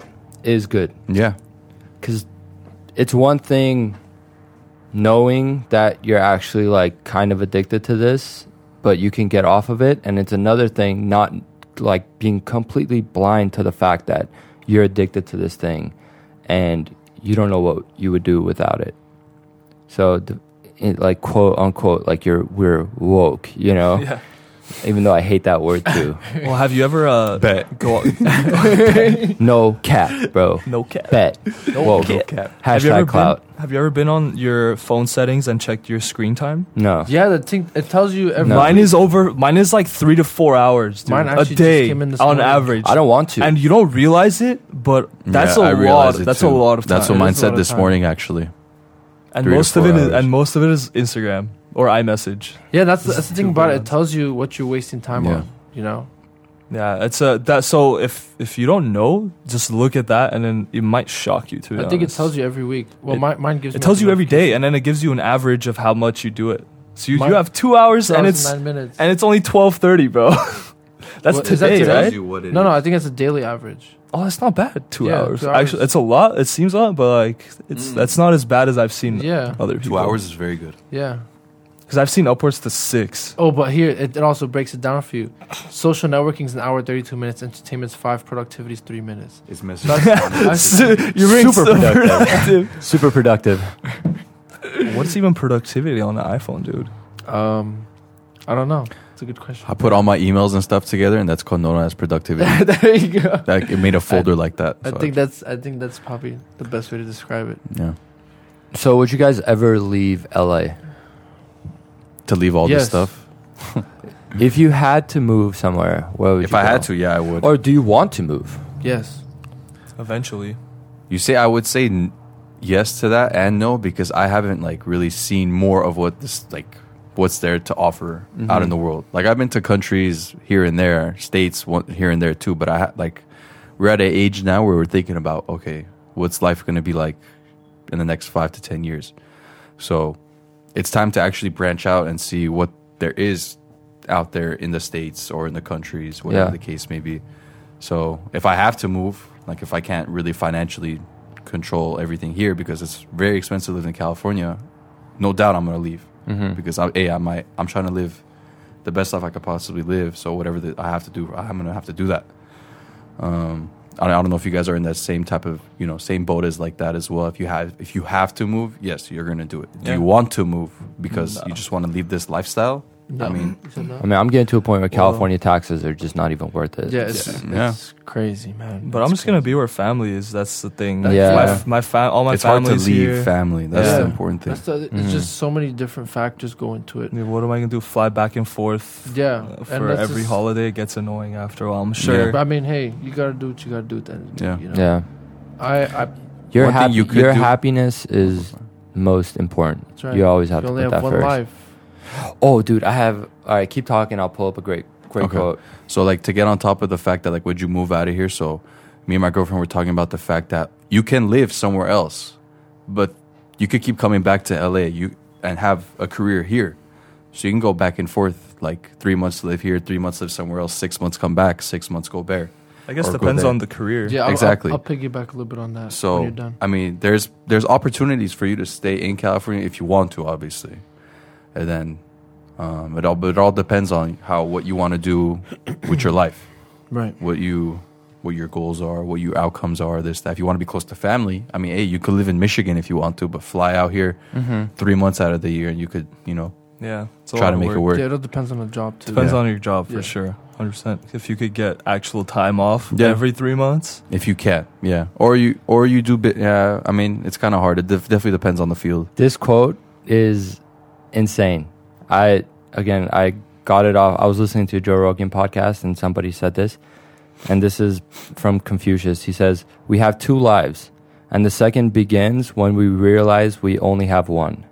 Speaker 4: is good.
Speaker 3: Yeah,
Speaker 4: because it's one thing knowing that you're actually like kind of addicted to this, but you can get off of it, and it's another thing not like being completely blind to the fact that you're addicted to this thing, and you don't know what you would do without it. So, the, it, like quote unquote, like you're we're woke, you know.
Speaker 1: *laughs* Yeah.
Speaker 4: Even though I hate that word
Speaker 1: *laughs*
Speaker 4: too.
Speaker 1: *laughs* Well, have you ever
Speaker 2: *laughs*
Speaker 1: uh,
Speaker 3: Bet.
Speaker 1: go
Speaker 4: no cap, bro.
Speaker 1: *laughs* no cap?
Speaker 4: Bet. Whoa.
Speaker 1: cap. Have you ever
Speaker 4: Hashtag clout.
Speaker 1: Been, have you ever been on your phone settings and checked your screen time?
Speaker 4: No.
Speaker 2: yeah, the thing it tells you every
Speaker 1: Mine is over. Mine is like three to four hours, dude,
Speaker 2: Mine
Speaker 1: a
Speaker 2: actually just
Speaker 1: day
Speaker 2: came in this
Speaker 1: on
Speaker 2: morning.
Speaker 1: average.
Speaker 4: I don't want to.
Speaker 1: and you don't realize it, but that's
Speaker 3: a
Speaker 1: a lot. That's a lot of time.
Speaker 3: That's what
Speaker 2: It
Speaker 3: mine
Speaker 2: is a lot
Speaker 3: said
Speaker 2: of
Speaker 3: this
Speaker 2: time.
Speaker 3: morning, actually.
Speaker 1: and
Speaker 3: three to
Speaker 1: most of
Speaker 3: four
Speaker 1: it is,
Speaker 3: hours.
Speaker 1: and most of it is Instagram or iMessage.
Speaker 2: yeah, that's the,
Speaker 1: This
Speaker 2: that's the
Speaker 1: is
Speaker 2: thing
Speaker 1: too
Speaker 2: about it.
Speaker 1: bad.
Speaker 2: It tells you what you're wasting time
Speaker 3: Yeah.
Speaker 2: on. You know,
Speaker 1: Yeah, it's a that. So if if you don't know, just look at that, and then it might shock you. To be
Speaker 2: I think it
Speaker 1: honest.
Speaker 2: tells you every week. Well,
Speaker 1: It-
Speaker 2: mine, mine gives
Speaker 1: It
Speaker 2: me
Speaker 1: tells
Speaker 2: like
Speaker 1: you
Speaker 2: a
Speaker 1: every day, and then it gives you an average of how much you do it. So you,
Speaker 2: My-
Speaker 1: you have two hours, and it's
Speaker 2: nine minutes.
Speaker 1: and it's only twelve thirty, bro. *laughs* that's
Speaker 2: What- is that
Speaker 1: today,
Speaker 2: today?
Speaker 1: right?
Speaker 2: no, no, I think it's a daily average.
Speaker 1: Oh, that's not bad. Two
Speaker 2: Yeah,
Speaker 1: hours.
Speaker 2: two hours.
Speaker 1: Actually, it's a lot. It seems a lot, but like it's
Speaker 3: Mm.
Speaker 1: that's not as bad as I've seen
Speaker 2: Yeah,
Speaker 1: other
Speaker 3: Two
Speaker 1: people.
Speaker 3: hours is very good.
Speaker 2: yeah.
Speaker 1: because I've seen upwards to six.
Speaker 2: Oh, but here it, it also breaks it down for you. Social networking's an hour thirty-two minutes. Entertainment's five. Productivity's three minutes.
Speaker 3: It's *laughs*
Speaker 1: You're being
Speaker 4: Super
Speaker 1: so
Speaker 4: productive.
Speaker 1: productive.
Speaker 4: Super productive.
Speaker 1: What's even productivity on an iPhone, dude?
Speaker 2: Um, I don't know. It's a good question.
Speaker 3: I put all my emails and stuff together, and that's called known as
Speaker 2: *laughs*
Speaker 3: productivity.
Speaker 2: there you go.
Speaker 3: like it made a folder like that.
Speaker 2: I
Speaker 3: so
Speaker 2: think that's I think that's probably the best way to describe it.
Speaker 3: yeah.
Speaker 4: So would you guys ever leave LA?
Speaker 3: To leave all
Speaker 2: Yes.
Speaker 3: this stuff.
Speaker 4: If you had to move somewhere, where would
Speaker 3: If
Speaker 4: you
Speaker 3: I
Speaker 4: go?
Speaker 3: had to, yeah, I would.
Speaker 4: Or do you want to move?
Speaker 2: Yes.
Speaker 1: Eventually.
Speaker 3: You say I would say n- yes to that and no because I haven't like really seen more of what this like what's there to offer out in the world. Like I've been to countries here and there, states one, here and there too, but I ha- like we're at an age now where we're thinking about okay, what's life going to be like in the next 5 to 10 years. So it's time to actually branch out and see what there is out there in the states or in the countries, whatever
Speaker 4: Yeah.
Speaker 3: the case may be. So if I have to move, like if I can't really financially control everything here because it's very expensive living in California, no doubt I'm gonna leave because I, a I might I'm trying to live the best life I could possibly live. So whatever that I have to do, I'm gonna have to do that. Um, I don't I don't know if you guys are in that same type of you know same boat as like that as well. If you have if you have to move, yes, you're gonna do it. Do
Speaker 1: Yeah.
Speaker 3: you want to move because
Speaker 1: No.
Speaker 3: you just want to leave this lifestyle? I mean,
Speaker 2: You said no?
Speaker 4: I mean, I'm getting to a point where California taxes are just not even worth it.
Speaker 2: yeah, it's,
Speaker 3: Yeah.
Speaker 2: it's crazy, man.
Speaker 1: But I'm just gonna be where family is. That's the thing. Like,
Speaker 4: Yeah.
Speaker 1: My, f- my fa- all my
Speaker 3: it's hard to leave
Speaker 1: family's here.
Speaker 3: family. That's
Speaker 2: Yeah.
Speaker 3: the important thing.
Speaker 2: That's the, it's
Speaker 4: Mhm.
Speaker 2: just so many different factors go into it.
Speaker 1: Yeah, what am I gonna do? Fly back and forth?
Speaker 2: Yeah,
Speaker 1: uh,
Speaker 2: and
Speaker 1: for
Speaker 2: that's
Speaker 1: every
Speaker 2: just-
Speaker 1: holiday, it gets annoying after a while. I'm
Speaker 3: Yeah.
Speaker 1: sure.
Speaker 2: But I mean, hey, you gotta do what you gotta do. Then,
Speaker 3: Yeah.
Speaker 2: you know?
Speaker 4: Yeah.
Speaker 2: I, I
Speaker 4: Your,
Speaker 3: One thing
Speaker 4: hap-
Speaker 3: you could
Speaker 4: your
Speaker 3: do-
Speaker 4: happiness is most important.
Speaker 2: That's right.
Speaker 4: You always have
Speaker 2: you
Speaker 4: to
Speaker 2: only
Speaker 4: put
Speaker 2: have
Speaker 4: that
Speaker 2: one
Speaker 4: first.
Speaker 2: life.
Speaker 4: Oh, dude, I have. All right, keep talking. I'll pull up a great, great
Speaker 3: Okay.
Speaker 4: quote.
Speaker 3: So like to get on top of the fact that like would you move out of here? So me and my girlfriend were talking about the fact that you can live somewhere else, but you could keep coming back to LA you and have a career here. So you can go back and forth like three months live here, three months live somewhere else, six months come back, six months go there.
Speaker 1: I guess
Speaker 3: Or go
Speaker 1: depends
Speaker 3: there.
Speaker 1: on the career.
Speaker 2: Yeah, I'll,
Speaker 3: Exactly.
Speaker 2: I'll, I'll piggyback a little bit on that. when
Speaker 3: So
Speaker 2: you're done.
Speaker 3: I mean, there's there's opportunities for you to stay in California if you want to, obviously, and then um, it all but it all depends on how what you want to do with your life.
Speaker 2: Right.
Speaker 3: what you what your goals are, what your outcomes are, this that. If you want to be close to family, I mean, hey, you could live in Michigan if you want to, but fly out here
Speaker 2: Mm-hmm.
Speaker 3: three months out of the year, and you could, you know,
Speaker 1: yeah. It's a
Speaker 3: try
Speaker 1: lot
Speaker 3: to
Speaker 1: of
Speaker 3: make
Speaker 1: work.
Speaker 3: it work.
Speaker 2: Yeah, it all depends on the job too.
Speaker 1: Depends
Speaker 3: Yeah.
Speaker 1: on your job for
Speaker 2: Yeah.
Speaker 1: sure. 100%. If you could get actual time off
Speaker 3: Yeah.
Speaker 1: every three months,
Speaker 3: If you can, yeah, or you or you do bit. Yeah, I mean, it's kind of hard. It def- definitely depends on the field.
Speaker 4: This quote is insane. I again, I got it off. I was listening to a Joe Rogan podcast, and somebody said this, and this is from Confucius. He says, "We have two lives, and the second begins when we realize we only have one."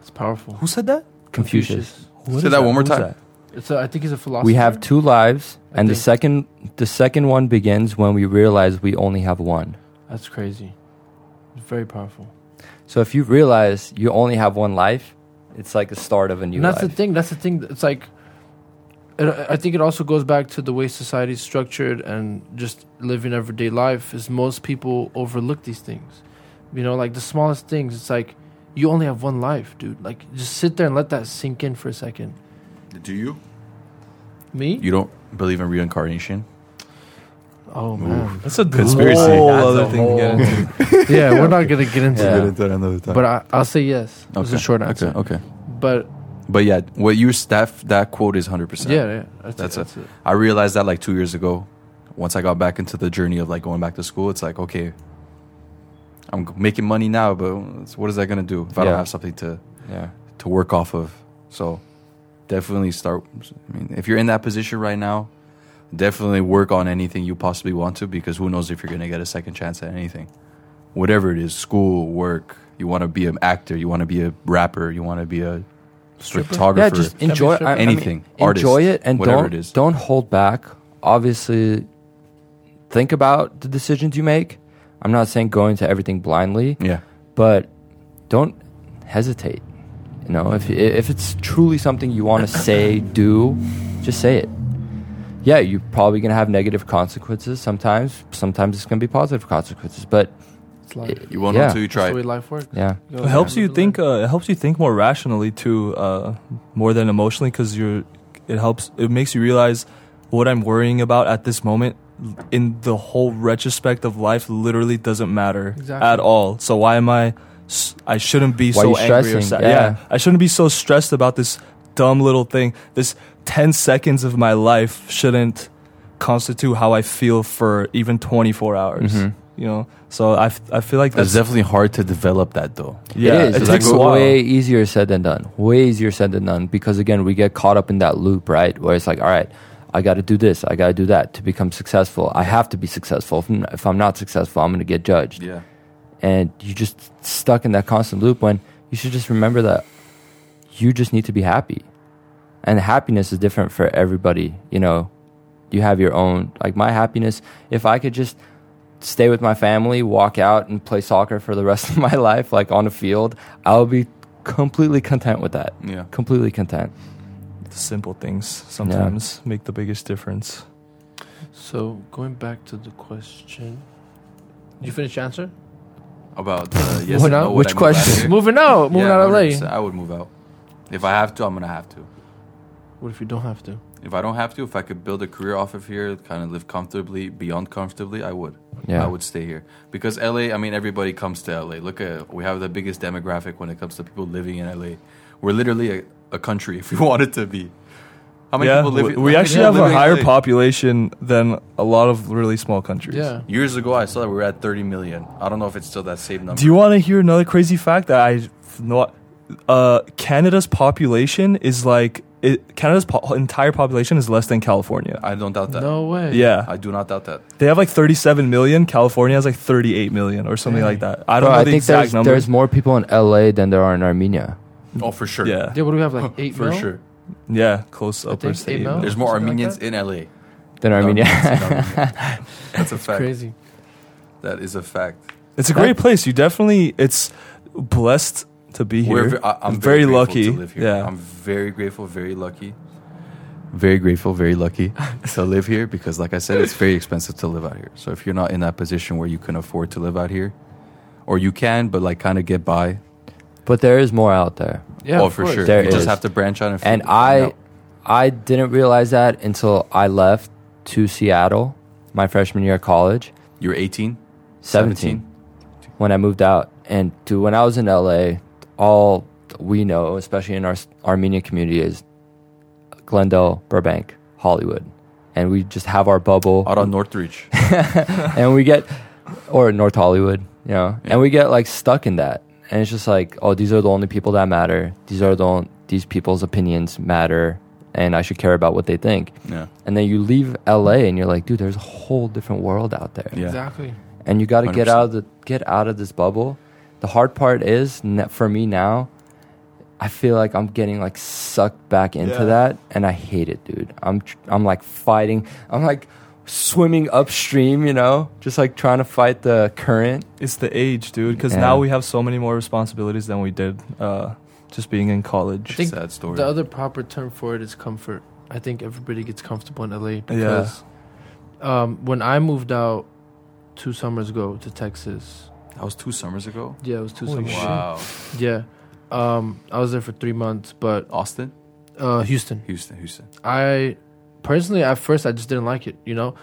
Speaker 2: It's powerful.
Speaker 1: who said that?
Speaker 4: Confucius.
Speaker 1: What
Speaker 3: Say
Speaker 1: is
Speaker 3: that one more
Speaker 1: Who's
Speaker 3: time.
Speaker 1: that?
Speaker 2: It's a, I think he's a philosopher.
Speaker 4: We have two lives,
Speaker 2: I
Speaker 4: and the
Speaker 2: think-
Speaker 4: second the second one begins when we realize we only have one.
Speaker 2: That's crazy. It's very powerful.
Speaker 4: So if you realize you only have one life, it's like the start of a new
Speaker 2: and that's
Speaker 4: life.
Speaker 2: the thing. That's the thing. It's like, it, I think it also goes back to the way society's structured and just living everyday life. Is most people overlook these things, you know, like the smallest things. It's like you only have one life, dude. Like just sit there and let that sink in for a second.
Speaker 3: Do you?
Speaker 2: Me?
Speaker 3: You don't believe in reincarnation?
Speaker 2: oh man.
Speaker 1: That's a
Speaker 3: Conspiracy.
Speaker 1: whole
Speaker 4: That's
Speaker 1: other
Speaker 4: a
Speaker 1: thing to get
Speaker 4: whole-
Speaker 1: into.
Speaker 2: yeah, we're not gonna get *laughs* into
Speaker 4: Yeah.
Speaker 2: that. But I, I'll say yes. It's a short answer.
Speaker 3: Okay, okay.
Speaker 2: But
Speaker 3: But yeah, what you staff that quote is hundred percent.
Speaker 2: yeah, yeah, that's,
Speaker 3: That's
Speaker 2: it,
Speaker 3: a-
Speaker 2: that's it.
Speaker 3: I realized that like two years ago. Once I got back into the journey of like going back to school, it's like okay, I'm g- making money now, but it's- what is that gonna do if I don't
Speaker 4: Yeah.
Speaker 3: have something to
Speaker 4: yeah.
Speaker 3: to work off of? So definitely start. I mean, if you're in that position right now, definitely work on anything you possibly want to because who knows if you're gonna get a second chance at anything, whatever it is, school, work. You want to be an actor, you want to be a rapper, you want to be a photographer.
Speaker 4: Yeah, just
Speaker 2: Can be
Speaker 4: enjoy
Speaker 2: stripper.
Speaker 4: I- I mean,
Speaker 3: Anything. Artist,
Speaker 4: enjoy it and
Speaker 3: whatever
Speaker 4: don't
Speaker 3: it is.
Speaker 4: don't hold back. Obviously, think about the decisions you make. I'm not saying go into everything blindly,
Speaker 3: yeah.
Speaker 4: but don't hesitate. You know, if if it's truly something you
Speaker 3: *coughs*
Speaker 4: want to say, do, just say it. Yeah, you're probably gonna have negative consequences sometimes. Sometimes it's gonna be positive consequences, but
Speaker 2: It's life.
Speaker 3: You won't
Speaker 4: Yeah.
Speaker 3: know until you try.
Speaker 2: That's the way
Speaker 3: it.
Speaker 2: life works.
Speaker 4: yeah,
Speaker 1: It
Speaker 2: You gotta
Speaker 1: helps you
Speaker 2: live it.
Speaker 1: think. Uh, it helps you think more rationally too, uh, more than emotionally, because you're. It helps. It makes you realize what I'm worrying about at this moment. In the whole retrospect of life, literally doesn't matter
Speaker 2: Exactly.
Speaker 1: at all. So why am I? s- I shouldn't be
Speaker 4: Why
Speaker 1: so
Speaker 4: you
Speaker 1: angry or
Speaker 4: stressing?
Speaker 1: sad.
Speaker 4: Yeah.
Speaker 1: I shouldn't be so stressed about this dumb little thing. This ten seconds of my life shouldn't constitute how I feel for even 24 hours.
Speaker 3: Mm-hmm.
Speaker 4: Mhm.
Speaker 1: You know. So I, f- I feel like
Speaker 3: That's
Speaker 1: that's
Speaker 3: definitely hard to develop that though.
Speaker 1: yeah.
Speaker 4: it is.
Speaker 1: It
Speaker 4: It's
Speaker 1: takes
Speaker 4: like
Speaker 1: a while.
Speaker 4: way easier said than done. Way easier said than done because again, we get caught up in that loop, right? Where it's like, all right, I got to do this, I got to do that to become successful. I have to be successful. If I'm, if I'm not successful, I'm going to get judged.
Speaker 3: Yeah.
Speaker 4: And you're just stuck in that constant loop when you should just remember that you just need to be happy. And happiness is different for everybody. You know, you have your own, like my happiness, if I could just stay with my family, walk out and play soccer for the rest *laughs* of my life, like on a field, I'll be completely content with that.
Speaker 3: Yeah.
Speaker 4: Completely content.
Speaker 1: The simple things sometimes make the biggest difference.
Speaker 2: So going back to the question, you finish your answer? *laughs*
Speaker 3: About uh, yes
Speaker 2: Moving
Speaker 3: and
Speaker 2: on?
Speaker 3: no, would
Speaker 4: Which
Speaker 3: I move
Speaker 4: question?
Speaker 3: out here?
Speaker 2: Moving out, moving
Speaker 3: Yeah,
Speaker 2: out of LA.
Speaker 3: 100%. I would move out. If I have to, I'm gonna have to.
Speaker 2: What if you don't have to?
Speaker 3: If I don't have to, if I could build a career off of here, kind of live comfortably, beyond comfortably, I would.
Speaker 4: Yeah.
Speaker 3: I would stay here because LA. I mean, everybody comes to LA. Look at we have the biggest demographic when it comes to people living in LA. We're literally a, a country *laughs* if we wanted to be. How many
Speaker 1: yeah,
Speaker 3: people live?
Speaker 1: we,
Speaker 3: in-
Speaker 1: we
Speaker 3: how many
Speaker 1: actually
Speaker 3: people
Speaker 1: have a
Speaker 3: live in
Speaker 1: higher
Speaker 3: LA?
Speaker 1: population than a lot of really small countries.
Speaker 2: Yeah.
Speaker 3: Years ago, I saw that we were at 30 million. I don't know if it's still that same number.
Speaker 1: Do you want to hear another crazy fact that I know? Uh, Canada's population is like it, Canada's po- entire population is less than California.
Speaker 3: I don't doubt that.
Speaker 2: No way.
Speaker 1: Yeah,
Speaker 3: I do not doubt that.
Speaker 1: they have like 37 million. California has like 38 million or something like that. I don't
Speaker 4: Bro,
Speaker 1: know
Speaker 4: I
Speaker 1: the
Speaker 4: think
Speaker 1: exact
Speaker 4: there's,
Speaker 1: number.
Speaker 4: there's more people in LA than there are in Armenia.
Speaker 3: Oh, for sure.
Speaker 1: yeah,
Speaker 2: Yeah. What do we have?
Speaker 3: *laughs*
Speaker 2: Like eight
Speaker 3: for
Speaker 2: mil?
Speaker 3: sure.
Speaker 1: yeah, close up.
Speaker 2: think
Speaker 1: or say
Speaker 2: eight
Speaker 1: eight
Speaker 2: mil?
Speaker 1: mil.
Speaker 3: There's more
Speaker 2: Something like
Speaker 3: Armenians
Speaker 2: that?
Speaker 3: in LA.
Speaker 4: Than Armenia.
Speaker 3: Armenians
Speaker 4: *laughs*
Speaker 3: in Armenia. That's a fact.
Speaker 2: Crazy.
Speaker 3: That is a fact.
Speaker 1: It's a
Speaker 4: That-
Speaker 1: great place. You definitely it's blessed to be here.
Speaker 3: We're ve- I, am
Speaker 1: very,
Speaker 3: very, grateful
Speaker 1: lucky.
Speaker 3: To live here.
Speaker 1: Yeah,
Speaker 3: I'm very grateful, very lucky. Very grateful, very lucky
Speaker 2: *laughs*
Speaker 3: to live here because, like I said, it's very expensive to live out here. So if you're not in that position where you can afford to live out here, or you can, but like kind of get by,
Speaker 4: but there is more out there.
Speaker 2: Yeah.
Speaker 3: oh
Speaker 2: of
Speaker 3: for
Speaker 2: course.
Speaker 3: sure,
Speaker 4: There
Speaker 3: you just
Speaker 4: is.
Speaker 3: have to branch out. And,
Speaker 4: And
Speaker 3: figure it
Speaker 4: I
Speaker 3: out.
Speaker 4: I didn't realize that until I left to Seattle my freshman year of college.
Speaker 3: you're 18,
Speaker 4: 17 when I moved out. And to when I was in LA, all we know, especially in our s- Armenian community, is Glendale, Burbank, Hollywood. And we just have our bubble.
Speaker 3: out on Northridge.
Speaker 4: *laughs* and we get, or North Hollywood, you know, and we get like stuck in that. And it's just like, oh, these are the only people that matter. These are the only, these people's opinions matter. And I should care about what they think.
Speaker 3: yeah,
Speaker 4: And then you leave LA and you're like, dude, there's a whole different world out there
Speaker 3: yeah.
Speaker 2: Exactly.
Speaker 4: and you got to get
Speaker 3: 100%.
Speaker 4: out of the get out of this bubble. The hard part is n- for me now. I feel like I'm getting like sucked back into
Speaker 1: Yeah.
Speaker 4: that, and I hate it, dude. I'm tr- I'm like fighting. I'm like swimming upstream, you know, just like trying to fight the current.
Speaker 1: it's the age, dude. Because
Speaker 4: Yeah.
Speaker 1: now we have so many more responsibilities than we did uh, just being in
Speaker 2: I
Speaker 1: college.
Speaker 2: think
Speaker 3: Sad story.
Speaker 2: The other proper term for it is comfort. I think everybody gets comfortable in LA
Speaker 1: Yeah.
Speaker 2: because um, when I moved out two summers ago to Texas,
Speaker 3: that was two summers ago.
Speaker 2: yeah, it was two
Speaker 1: Holy
Speaker 2: summers.
Speaker 1: shit.
Speaker 3: Wow,
Speaker 2: Yeah, um, I was there for three months, but
Speaker 3: Austin,
Speaker 2: uh, Houston.
Speaker 3: Houston, Houston.
Speaker 2: I personally, at first, I just didn't like it, you know,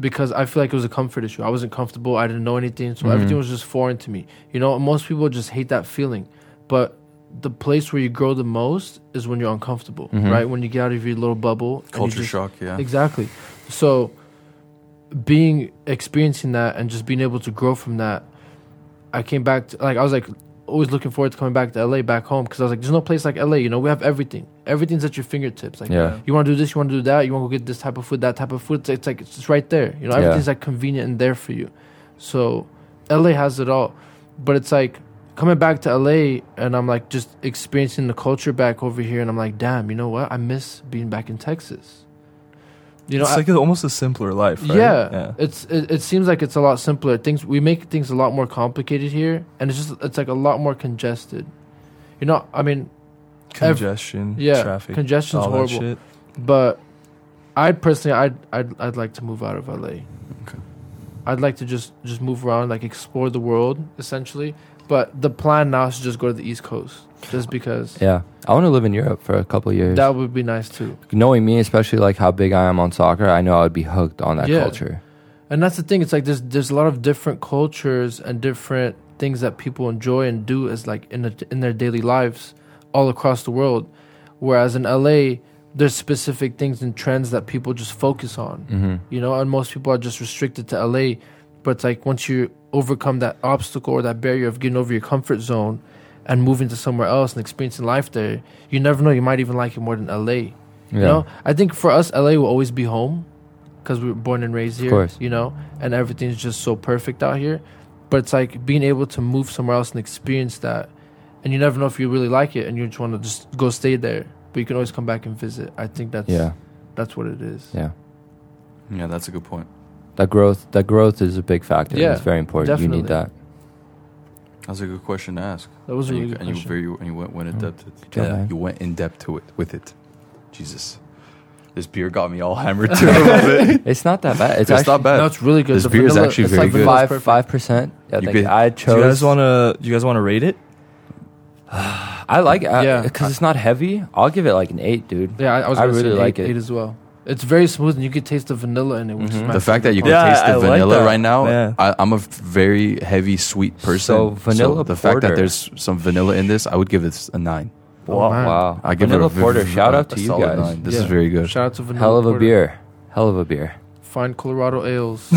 Speaker 2: because I feel like it was a comfort issue. I wasn't comfortable. I didn't know anything, so
Speaker 3: Mm-hmm.
Speaker 4: Mhm.
Speaker 2: everything was just foreign to me. You know, most people just hate that feeling, but the place where you grow the most is when you're uncomfortable,
Speaker 4: Mhm.
Speaker 2: right? When you get out of your little bubble, and you
Speaker 3: Mm-hmm. Culture
Speaker 2: just-
Speaker 3: shock. Yeah,
Speaker 2: Exactly. So being experiencing that and just being able to grow from that, I came back to like I was like always looking forward to coming back to LA back home because I was like, there's no place like LA. You know, we have everything. Everything's at your fingertips. Like
Speaker 4: Yeah.
Speaker 2: you want to do this, you want to do that, you want to go get this type of food, that type of food. It's, it's like it's just right there. You know,
Speaker 4: Yeah.
Speaker 2: everything's like convenient and there for you. So LA has it all, but it's like coming back to LA and I'm like just experiencing the culture back over here, and I'm like, damn, you know what? I miss being back in Texas. You know,
Speaker 1: it's
Speaker 2: I-
Speaker 1: like a, almost a simpler life. Right?
Speaker 2: yeah,
Speaker 1: yeah.
Speaker 2: it's it, it seems like it's a lot simpler. Things we make things a lot more complicated here, and it's just it's like a lot more congested. You know, I mean, Ev-
Speaker 1: congestion,
Speaker 2: yeah,
Speaker 1: traffic,
Speaker 2: congestion's
Speaker 1: all that
Speaker 2: horrible.
Speaker 1: shit.
Speaker 2: But I personally, I'd, I'd I'd like to move out of LA. Okay. I'd like to just just move around, like explore the world, essentially. But the plan now is to just go to the East Coast, just because
Speaker 4: Yeah, I want to live in Europe for a couple years.
Speaker 2: that would be nice too.
Speaker 4: Knowing me, especially like how big I am on soccer, I know I would be hooked on that
Speaker 2: Yeah.
Speaker 4: culture.
Speaker 2: And that's the thing. It's like there's there's a lot of different cultures and different things that people enjoy and do as like in the, in their daily lives all across the world. Whereas in LA, there's specific things and trends that people just focus on.
Speaker 4: Mm-hmm.
Speaker 2: You know, and most people are just restricted to LA. But it's like once you overcome that obstacle or that barrier of getting over your comfort zone and moving to somewhere else and experiencing life there, you never know. You might even like it more than LA. You know, I think for us, LA will always be home because we were born and raised here.
Speaker 4: course.
Speaker 2: You know, and everything's just so perfect out here. But it's like being able to move somewhere else and experience that, and you never know if you really like it, and you just want to just go stay there. But you can always come back and visit. I think that's
Speaker 4: yeah,
Speaker 2: that's what it is.
Speaker 4: yeah.
Speaker 3: Yeah, that's a good point.
Speaker 4: That growth, that growth is a big factor.
Speaker 2: Yeah,
Speaker 4: it's very important. You need that.
Speaker 2: definitely.
Speaker 3: That's a good question to ask.
Speaker 2: That was a
Speaker 3: and
Speaker 2: really
Speaker 3: you,
Speaker 2: good
Speaker 3: and you
Speaker 2: question.
Speaker 3: very and you went went in depth.
Speaker 4: Good job, man.
Speaker 3: You went in depth to it with it. Jesus, this beer got me all *laughs* hammered too. a little bit.
Speaker 4: It's not that bad. It's,
Speaker 3: It's
Speaker 4: actually
Speaker 3: not bad.
Speaker 2: no, it's really good.
Speaker 3: This beer is actually
Speaker 2: it's
Speaker 3: very
Speaker 2: like
Speaker 3: good.
Speaker 2: vanilla's
Speaker 4: five
Speaker 2: perfect.
Speaker 4: five percent. I
Speaker 3: You
Speaker 4: think
Speaker 3: could-
Speaker 4: I
Speaker 1: Do
Speaker 4: chose.
Speaker 1: you guys want to? Do you guys want to rate it?
Speaker 4: I like it
Speaker 2: Yeah.
Speaker 4: because it's not heavy. I'll give it like an eight, dude.
Speaker 2: Yeah, I, I was.
Speaker 4: I
Speaker 2: Gonna
Speaker 4: really
Speaker 2: say
Speaker 4: like
Speaker 2: eight,
Speaker 4: it.
Speaker 2: eight as well. It's very smooth, and you can taste the vanilla in it. Which is
Speaker 4: Mhm.
Speaker 2: my
Speaker 3: the fact that you can
Speaker 1: Yeah,
Speaker 3: taste the
Speaker 1: I like
Speaker 3: vanilla
Speaker 1: that.
Speaker 3: right now,
Speaker 1: Yeah.
Speaker 3: I, I'm a very heavy sweet person.
Speaker 4: So vanilla
Speaker 3: the fact that
Speaker 4: porter.
Speaker 3: there's some vanilla in this, I would give this a nine.
Speaker 2: Oh, man.
Speaker 4: Wow.
Speaker 3: I give it
Speaker 4: Vanilla
Speaker 3: a v-
Speaker 4: Porter.
Speaker 3: v-
Speaker 4: Shout
Speaker 3: a-
Speaker 4: out
Speaker 3: a
Speaker 4: to you
Speaker 3: solid
Speaker 4: guys.
Speaker 3: Nine. This
Speaker 2: Yeah.
Speaker 3: is very good.
Speaker 2: Shout out to vanilla.
Speaker 4: Hell of a
Speaker 2: Porter.
Speaker 4: beer. Hell of a beer.
Speaker 2: Fine Colorado ales.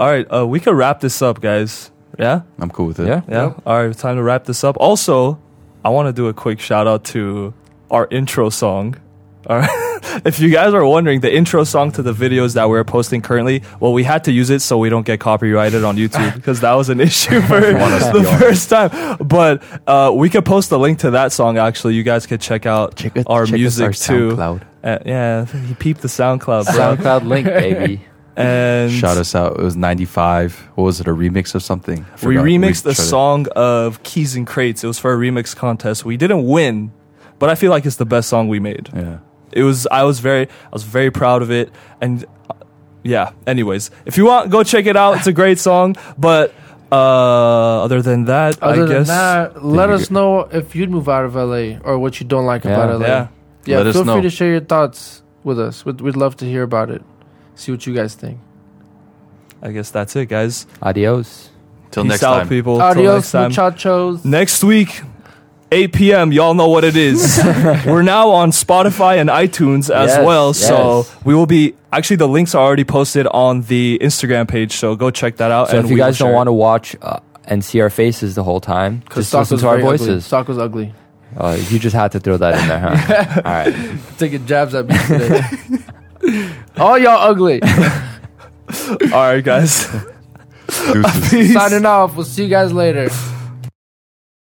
Speaker 1: All right, uh, we could wrap this up, guys. Yeah,
Speaker 3: I'm cool with it.
Speaker 4: Yeah.
Speaker 1: yeah. All right, time to wrap this up. Also, I want to do a quick shout out to our intro song. All right, *laughs* if you guys are wondering, the intro song to the videos that we're posting currently, well, we had to use it so we don't get copyrighted on *laughs* YouTube because that was an *laughs* issue for
Speaker 3: us to be
Speaker 1: the
Speaker 3: on.
Speaker 1: first time. But uh, we could post a link to that song. Actually, you guys could check out our music too. Uh, yeah, he peeped the SoundCloud, bro.
Speaker 4: SoundCloud
Speaker 2: *laughs*
Speaker 4: link, baby.
Speaker 1: and
Speaker 3: Shout us out. It was 95. What was it? A remix of something? I
Speaker 1: we
Speaker 3: forgot.
Speaker 1: remixed the
Speaker 3: tried it.
Speaker 1: song of Keys and Crates. It was for a remix contest. We didn't win, but I feel like it's the best song we made.
Speaker 3: Yeah.
Speaker 1: It was. I was very. I was very proud of it. And uh, yeah. Anyways, if you want, go check it out. It's a great song. But uh, other than that,
Speaker 2: Other
Speaker 1: I
Speaker 2: than
Speaker 1: guess.
Speaker 2: that, let us know if you'd move out of LA or what you don't like
Speaker 4: Yeah.
Speaker 2: about LA.
Speaker 1: yeah.
Speaker 2: Yeah,
Speaker 3: Let us
Speaker 2: feel
Speaker 3: know.
Speaker 2: free to share your thoughts with us. We'd, we'd love to hear about it. See what you guys think.
Speaker 1: I guess that's it, guys.
Speaker 4: Adios.
Speaker 3: Till
Speaker 1: Peace
Speaker 3: next
Speaker 1: out,
Speaker 3: time.
Speaker 1: people. Till next
Speaker 2: Adios,
Speaker 1: time.
Speaker 2: muchachos.
Speaker 1: Next week, 8 p.m. Y'all know what it
Speaker 4: *laughs*
Speaker 1: is. We're now on Spotify and iTunes as
Speaker 4: Yes,
Speaker 1: well. So
Speaker 4: yes.
Speaker 1: we will be actually the links are already posted on the Instagram page. So go check that out.
Speaker 4: So if you
Speaker 1: we will
Speaker 4: guys don't
Speaker 1: share
Speaker 4: want to watch uh, and see our faces the whole time, just listen to our
Speaker 2: very Ugly.
Speaker 4: voices.
Speaker 2: Soccer's ugly.
Speaker 4: Uh, you just had to throw that in there, huh? All right.
Speaker 2: *laughs* Taking jabs at me today. *laughs* All y'all ugly.
Speaker 1: it. All right, guys.
Speaker 3: Deuces.
Speaker 4: *laughs*
Speaker 1: Peace. *laughs*
Speaker 3: *laughs*
Speaker 2: Signing off. We'll see you guys later.